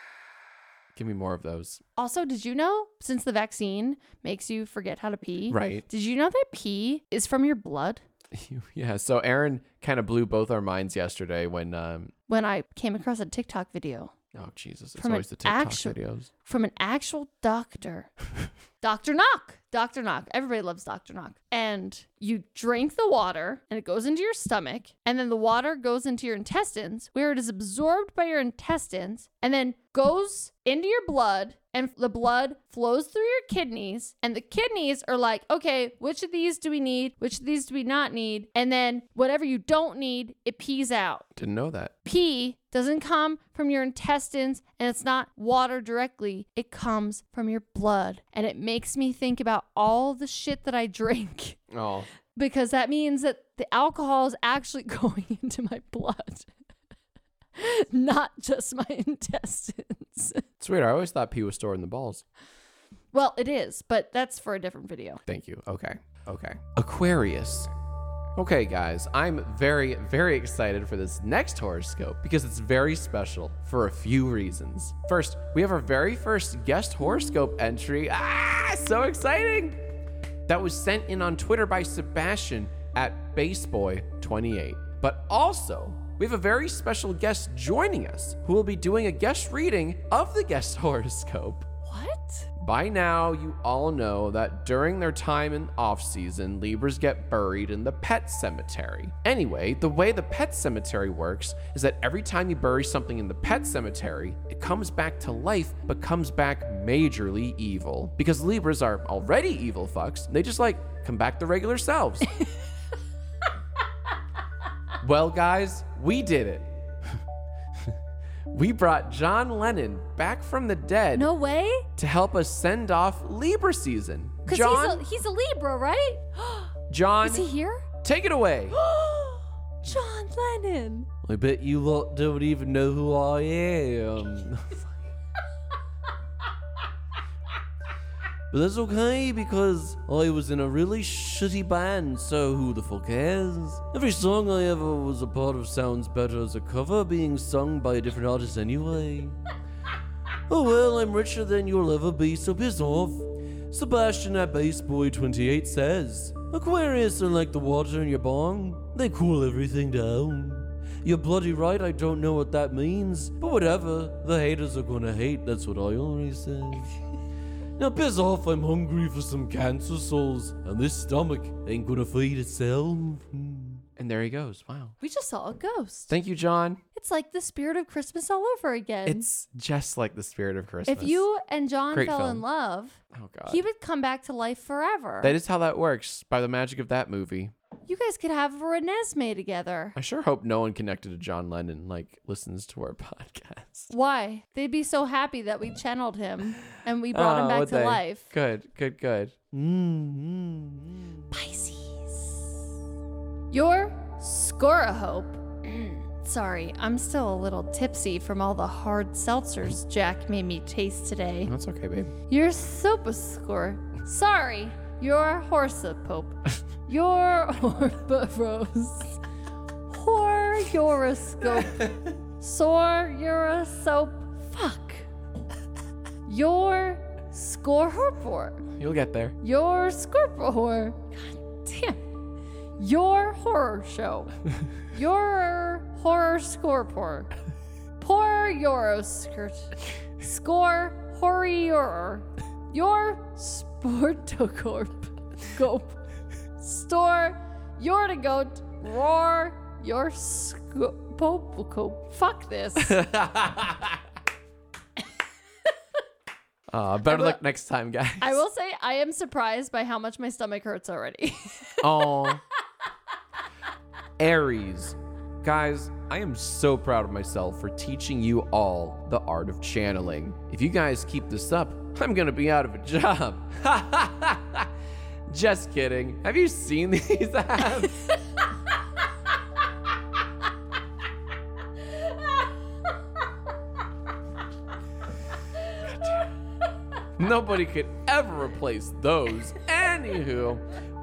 Speaker 1: Give me more of those.
Speaker 2: Also, did you know since the vaccine makes you forget how to pee?
Speaker 1: Right.
Speaker 2: Did you know that pee is from your blood?
Speaker 1: yeah. So Aaron kind of blew both our minds yesterday when. um
Speaker 2: When I came across a TikTok video
Speaker 1: Oh Jesus! It's
Speaker 2: From an
Speaker 1: always the TikTok
Speaker 2: actu-
Speaker 1: videos.
Speaker 2: from an actual doctor. Dr. Knock. Dr. Knock. Everybody loves Dr. Knock. And you drink the water and it goes into your stomach. And then the water goes into your intestines where it is absorbed by your intestines and then goes into your blood. And the blood flows through your kidneys. And the kidneys are like, okay, which of these do we need? Which of these do we not need? And then whatever you don't need, it pees out
Speaker 1: Didn't know that.
Speaker 2: pee doesn't come from your intestines and it's not water directly. It comes from your blood. And it makes me think about all the shit that I drink
Speaker 1: Oh.
Speaker 2: because that means that the alcohol is actually going into my blood, not just my intestines.
Speaker 1: It's weird. I always thought pee was stored in the balls.
Speaker 2: Well, it is, but that's for a different video.
Speaker 1: Thank you. Okay. Okay. Aquarius. Okay, guys, I'm very, very excited for this next horoscope because it's very special for a few reasons. First, we have our very first guest horoscope entry. Ah, so exciting! That was sent in on Twitter by Sebastian at Baseboy28. But also, we have a very special guest joining us who will be doing a guest reading of the guest horoscope.
Speaker 2: What?
Speaker 1: By now, you all know that during their time in off season, Libras get buried in the pet cemetery. Anyway, the way the pet cemetery works is that every time you bury something in the pet cemetery, it comes back to life but comes back majorly evil. Because Libras are already evil fucks, they just like come back to regular selves. well, guys, we did it. we brought John Lennon back from the dead
Speaker 2: No way?
Speaker 1: to help us send off Libra season.
Speaker 2: Because
Speaker 1: John,
Speaker 2: he's a, he's a Libra, right?
Speaker 1: John,
Speaker 2: Is he here?
Speaker 1: take it away.
Speaker 2: John Lennon.
Speaker 1: I bet you lot don't even know who I am. but that's okay because I was in a really shitty band, so who the fuck cares? Every song I ever was a part of sounds better as a cover being sung by a different artist anyway. Oh well, I'm richer than you'll ever be, so piss off. Sebastian at Baseboy28 says Aquarius are like the water in your bong, they cool everything down. You're bloody right, I don't know what that means, but whatever, the haters are gonna hate, that's what I always say. now piss off, I'm hungry for some cancer souls, and this stomach ain't gonna feed itself. Hmm. And there he goes, wow.
Speaker 2: We just saw a ghost.
Speaker 1: Thank you, John.
Speaker 2: It's like the spirit of Christmas all over again.
Speaker 1: It's just like the spirit of Christmas.
Speaker 2: if you and John
Speaker 1: Great
Speaker 2: fell
Speaker 1: film.
Speaker 2: in love,
Speaker 1: Oh, God.
Speaker 2: he would come back to life forever.
Speaker 1: That is how that works by the magic of that movie.
Speaker 2: you guys could have a Renesmee together.
Speaker 1: I sure hope no one connected to John Lennon like listens to our podcast.
Speaker 2: Why? They'd be so happy that we channeled him and we brought him
Speaker 1: Oh,
Speaker 2: back
Speaker 1: would
Speaker 2: to
Speaker 1: they?
Speaker 2: life.
Speaker 1: Good, good, good. Hmm,
Speaker 2: Your Scorohope. Sorry, I'm still a little tipsy from all the hard seltzers Jack made me taste today.
Speaker 1: That's okay, babe.
Speaker 2: Your Sopascore. Sorry, your Horsepope. Your Orborose. Hor Horoscope. Sore Eurosoap. Fuck. Your Scorpor.
Speaker 1: You'll get there.
Speaker 2: Your Scorpor. God damn. Your horror show. Your horror scorpor. Poor Euroskirt. Score horror. Your sportocorp. Gope. Store. Your to goat. Roar. Your scope. Fuck this.
Speaker 1: Uh, better
Speaker 2: will-
Speaker 1: luck next time, guys.
Speaker 2: I will say I am surprised by how much my stomach hurts already.
Speaker 1: Oh. Aries. Guys, I am so proud of myself for teaching you all the art of channeling. If you guys keep this up, I'm going to be out of a job. Just kidding. Have you seen these apps? Nobody could ever replace those. Anywho,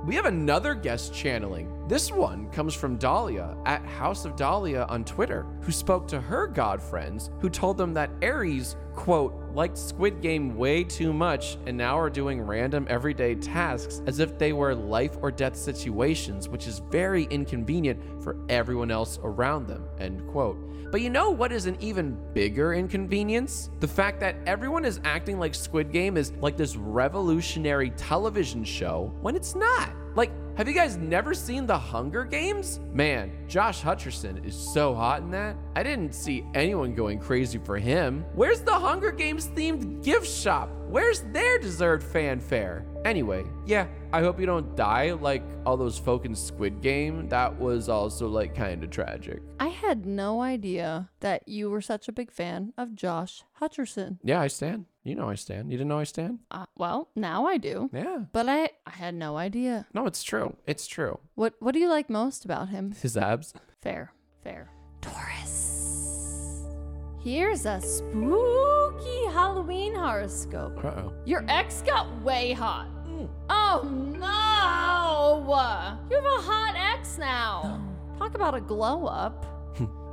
Speaker 1: we have another guest channeling. This one comes from Dahlia at House of Dahlia on Twitter, who spoke to her god friends who told them that Aries, quote, liked Squid Game way too much and now are doing random everyday tasks as if they were life or death situations, which is very inconvenient for everyone else around them, end quote. But you know what is an even bigger inconvenience? The fact that everyone is acting like Squid Game is like this revolutionary television show when it's not. Like, have you guys never seen The Hunger Games? Man, Josh Hutcherson is so hot in that. I didn't see anyone going crazy for him. Where's the Hunger Games themed gift shop? Where's their deserved fanfare? Anyway, yeah, I hope you don't die like all those folk in Squid Game. That was also like kind of tragic.
Speaker 2: I had no idea that you were such a big fan of Josh Hutcherson.
Speaker 1: Yeah, I stand. You know I stand. You didn't know I stand?
Speaker 2: Uh, well, now I do.
Speaker 1: Yeah.
Speaker 2: But I, I had no idea.
Speaker 1: No, it's true. It's true.
Speaker 2: What what do you like most about him?
Speaker 1: His abs.
Speaker 2: Fair, fair. Taurus. Here's a spooky Halloween horoscope.
Speaker 1: Uh oh.
Speaker 2: Your ex got way hot. Oh no! You have a hot ex now. Talk about a glow up.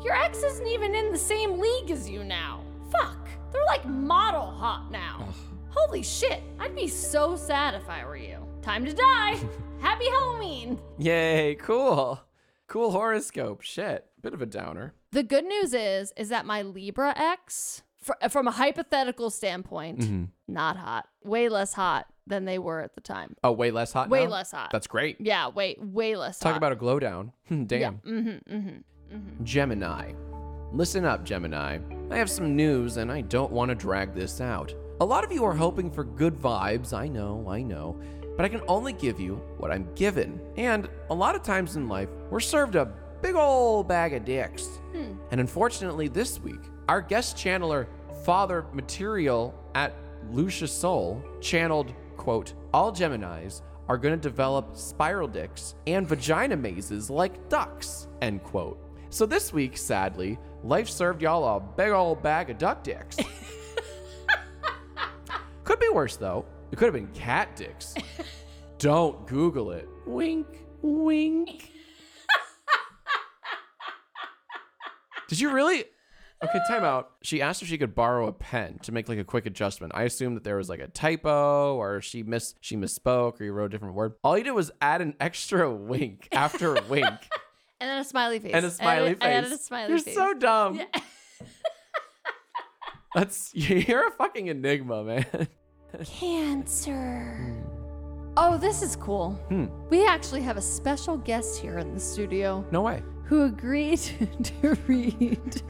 Speaker 2: Your ex isn't even in the same league as you now. Fuck. They're like model hot now. Holy shit. I'd be so sad if I were you. Time to die. Happy Halloween.
Speaker 1: Yay, cool. Cool horoscope. Shit. Bit of a downer.
Speaker 2: The good news is is that my Libra ex fr- from a hypothetical standpoint, Not hot. Way less hot than they were at the time.
Speaker 1: Oh, way less hot.
Speaker 2: Way
Speaker 1: now?
Speaker 2: less hot.
Speaker 1: That's great.
Speaker 2: yeah, way way less
Speaker 1: Talk
Speaker 2: hot.
Speaker 1: about a glow down. Damn.
Speaker 2: mm-hmm, mm-hmm, mm-hmm.
Speaker 1: Gemini. Listen up, Gemini. I have some news and I don't want to drag this out. A lot of you are hoping for good vibes, I know, I know, but I can only give you what I'm given. And a lot of times in life, we're served a big ol' bag of dicks. And unfortunately, this week, our guest channeler, Father Material at Lucia Soul, channeled, quote, all Geminis are going to develop spiral dicks and vagina mazes like ducks, end quote. So this week, sadly, life served y'all a big old bag of duck dicks. Could be worse, though. It could have been cat dicks. Don't Google it. Wink, wink. Did you really? Okay, time out. She asked if she could borrow a pen to make like a quick adjustment. I assumed that there was like a typo or she miss she misspoke or you wrote a different word. All you did was add an extra wink after a wink
Speaker 2: And then a smiley face.
Speaker 1: and a smiley
Speaker 2: I added,
Speaker 1: face.
Speaker 2: I added a smiley
Speaker 1: You're
Speaker 2: face.
Speaker 1: so dumb.
Speaker 2: Yeah.
Speaker 1: That's you're a fucking enigma, man.
Speaker 2: Cancer. Oh, this is cool.
Speaker 1: Hmm.
Speaker 2: We actually have a special guest here in the studio
Speaker 1: No way.
Speaker 2: who agreed to read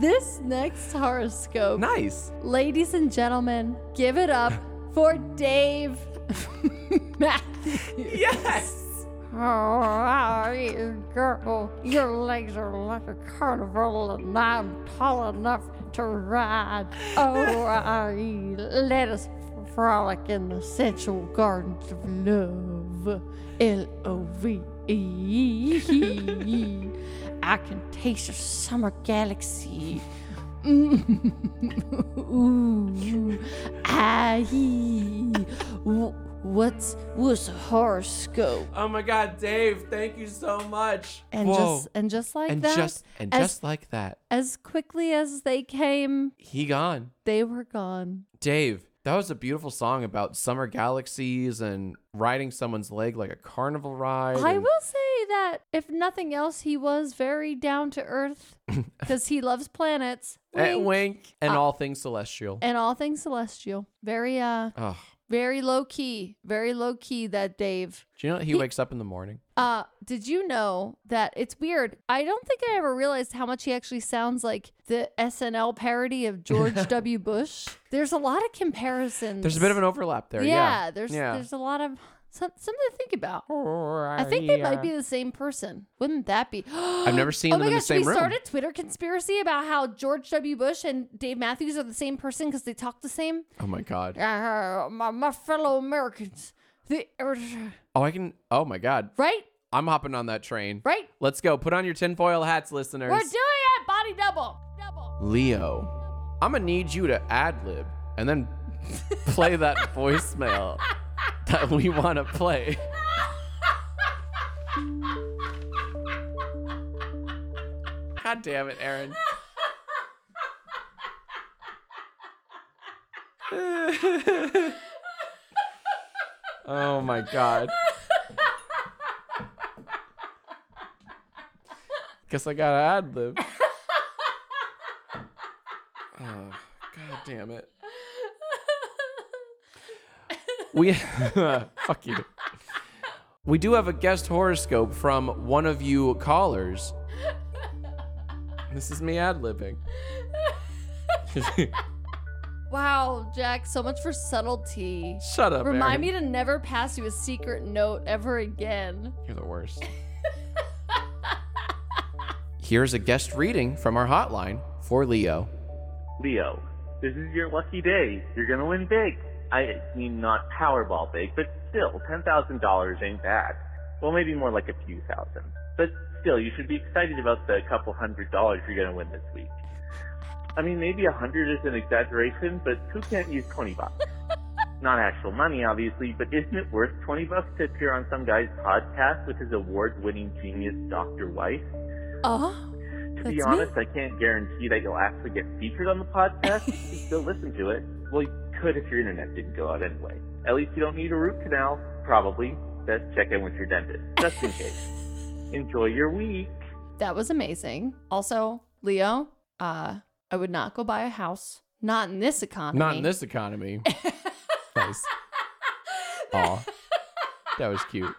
Speaker 2: this next horoscope.
Speaker 1: Nice.
Speaker 2: Ladies and gentlemen, give it up for Dave Matthews.
Speaker 1: Yes.
Speaker 3: Oh, you girl, your legs are like a carnival and I'm tall enough to ride. Oh, I, let us frolic in the sensual gardens of love. L O V E. I can taste your summer galaxy. Mm-hmm.
Speaker 2: Ooh,
Speaker 3: ah,
Speaker 2: aye. Wh- What's what's a horoscope?
Speaker 1: Oh my god, Dave, thank you so much.
Speaker 2: And just and just like
Speaker 1: and
Speaker 2: that,
Speaker 1: just and
Speaker 2: as-
Speaker 1: just like that,
Speaker 2: as quickly as they came,
Speaker 1: he gone.
Speaker 2: they were gone.
Speaker 1: Dave, that was a beautiful song about summer galaxies and riding someone's leg like a carnival ride.
Speaker 2: I
Speaker 1: and-
Speaker 2: will say that if nothing else, he was very down to earth because he loves planets
Speaker 1: eh,
Speaker 2: wink, Uh,
Speaker 1: wink, and all things celestial.
Speaker 2: and all things celestial. Very uh,
Speaker 1: Ugh.
Speaker 2: very low key, very low key. That Dave.
Speaker 1: Do you know that he,
Speaker 2: He-
Speaker 1: wakes up in the morning?
Speaker 2: Uh, did you know that it's weird? I don't think I ever realized how much he actually sounds like the SNL parody of George W. Bush. There's a lot of comparisons.
Speaker 1: There's a bit of an overlap there.
Speaker 2: yeah,
Speaker 1: Yeah.
Speaker 2: There's
Speaker 1: Yeah.
Speaker 2: there's a lot of some, something to think about. I think they might be the same person. Wouldn't that be?
Speaker 1: I've never seen
Speaker 2: oh
Speaker 1: them
Speaker 2: my
Speaker 1: in
Speaker 2: gosh,
Speaker 1: the same
Speaker 2: we
Speaker 1: room.
Speaker 2: started Twitter conspiracy about how George W. Bush and Dave Matthews are the same person because they talk the same.
Speaker 1: oh my god.
Speaker 3: Uh, my, my fellow Americans, the er,
Speaker 1: Oh, I can. Oh my god.
Speaker 2: Right?
Speaker 1: I'm hopping on that train.
Speaker 2: Right?
Speaker 1: Let's go. Put on your tinfoil hats, listeners.
Speaker 2: We're doing it, body double. Double.
Speaker 1: Leo, I'm gonna need you to ad lib and then play that voicemail that we want to play. God damn it, Aaron. oh my god. Guess I gotta ad lib. Oh, god damn it. We fuck you. We do have a guest horoscope from one of you callers. This is me ad libbing.
Speaker 2: Wow, Jack, so much for subtlety.
Speaker 1: Shut up.
Speaker 2: Remind
Speaker 1: Aaron.
Speaker 2: me to never pass you a secret note ever again.
Speaker 1: You're the worst. Here's a guest reading from our hotline for Leo.
Speaker 4: Leo, this is your lucky day. You're gonna win big. I mean, not Powerball big, but still, ten thousand dollars ain't bad. Well, maybe more like a few thousand. But still, you should be excited about the couple hundred dollars you're gonna win this week. I mean, maybe a hundred is an exaggeration, but who can't use twenty bucks? Not actual money, obviously, but isn't it worth twenty bucks to appear on some guy's podcast with his award-winning genius, Dr. Weiss?
Speaker 3: Uh-huh.
Speaker 2: Oh,
Speaker 4: To
Speaker 2: That's
Speaker 4: be
Speaker 2: me.
Speaker 4: honest, I can't guarantee that you'll actually get featured on the podcast. you can still listen to it. Well, you could if your internet didn't go out anyway. At least you don't need a root canal. Probably. Best check in with your dentist, just in case. Enjoy your week.
Speaker 2: that was amazing. Also, Leo, uh, I would not go buy a house. Not in this economy.
Speaker 1: Not in this economy. eyes. Aw. That was cute.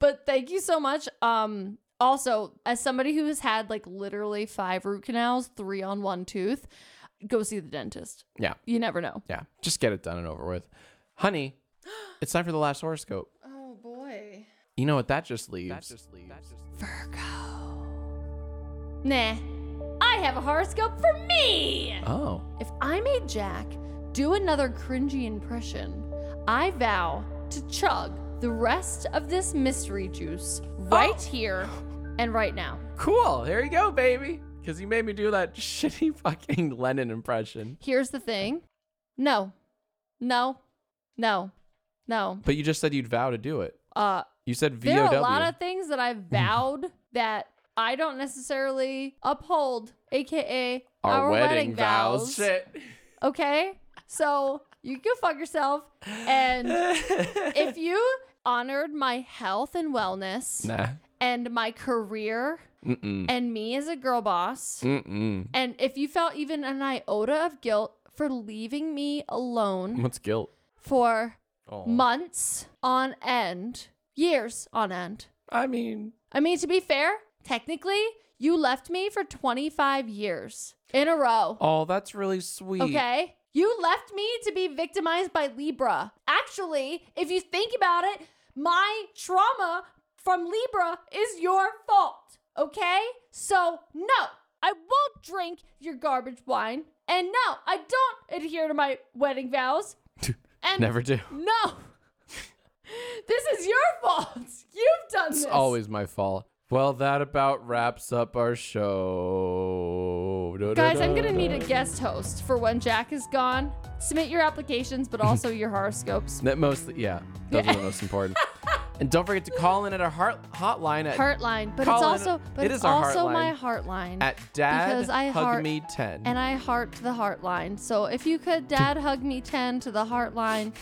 Speaker 2: but thank you so much. Um also, as somebody who has had like literally five root canals, three on one tooth, go see the dentist.
Speaker 1: Yeah.
Speaker 2: You never know.
Speaker 1: Yeah. Just get it done and over with. Honey, it's time for the last horoscope.
Speaker 2: Oh boy.
Speaker 1: You know what? That just leaves.
Speaker 2: Nah. I have a horoscope for me.
Speaker 1: Oh.
Speaker 2: If I made Jack do another cringy impression, I vow to chug the rest of this mystery juice right
Speaker 1: Oh.
Speaker 2: here and right now.
Speaker 1: Cool. Here you go, baby. Because you made me do that shitty fucking Lennon impression.
Speaker 2: Here's the thing no, no, no, no.
Speaker 1: But you just said you'd vow to do it.
Speaker 2: Uh,
Speaker 1: You said VOW.
Speaker 2: there are a lot of things that I vowed that I don't necessarily uphold, aka
Speaker 1: Our, wedding, vows.
Speaker 2: vows.
Speaker 1: Shit.
Speaker 2: Okay? So you can fuck yourself and. if you honored my health and wellness
Speaker 1: nah. Mm.
Speaker 2: and my career
Speaker 1: Mm-mm.
Speaker 2: and me as a girl boss,
Speaker 1: Mm. Mm-mm.
Speaker 2: and if you felt even an iota of guilt for leaving me alone
Speaker 1: What's guilt?
Speaker 2: for
Speaker 1: Oh.
Speaker 2: months on end, years on end.
Speaker 1: I mean,
Speaker 2: I mean, to be fair, technically, you left me for 25 years in a row.
Speaker 1: oh, that's really sweet.
Speaker 2: Okay? You left me to be victimized by Libra. Actually, if you think about it, my trauma from Libra is your fault. Okay? So, no, I won't drink your garbage wine. And no, I don't adhere to my wedding vows. And
Speaker 1: Never do.
Speaker 2: No. this is your fault. You've done
Speaker 1: It's
Speaker 2: this.
Speaker 1: always my fault. Well, that about wraps up our show.
Speaker 2: Guys, I'm gonna
Speaker 1: Da-da-da-da.
Speaker 2: need a guest host for when Jack is gone. Submit your applications, but also your horoscopes.
Speaker 1: That mostly, yeah, those are the most important. and don't forget to call in at our heart hotline at,
Speaker 2: Heartline, but
Speaker 1: Colin,
Speaker 2: it's also but
Speaker 1: it
Speaker 2: it's
Speaker 1: is our
Speaker 2: also
Speaker 1: heartline.
Speaker 2: my heartline.
Speaker 1: at dad
Speaker 2: because I
Speaker 1: hug
Speaker 2: heart-
Speaker 1: me ten.
Speaker 2: and I heart the heartline. So if you could dad hug me 10 to the heartline,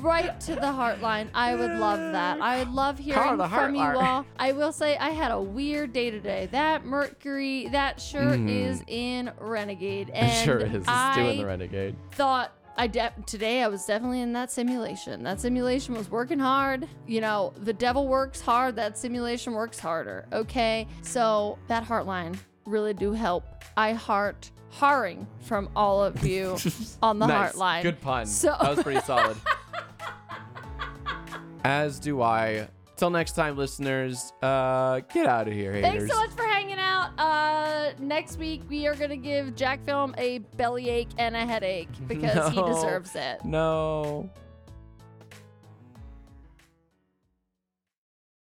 Speaker 2: right to the heartline, I would love that. I would love hearing
Speaker 1: the
Speaker 2: from you
Speaker 1: heartline.
Speaker 2: all. I will say I had a weird day today. That Mercury, that sure is in Renegade. And
Speaker 1: Mm-hmm. it sure is. It's
Speaker 2: I
Speaker 1: doing the renegade.
Speaker 2: thought I de- today I was definitely in that simulation. That simulation was working hard. You know, the devil works hard, that simulation works harder. Okay. So that heartline really do help. I heart harring from all of you on the
Speaker 1: nice.
Speaker 2: heartline.
Speaker 1: Good pun.
Speaker 2: So
Speaker 1: That was pretty solid. As do I. Till next time, listeners. Uh, get out of here, haters.
Speaker 2: Thanks so much for hanging out. Uh, next week we are gonna give Jack Film a bellyache and a headache because he
Speaker 1: No.
Speaker 2: deserves it.
Speaker 1: No.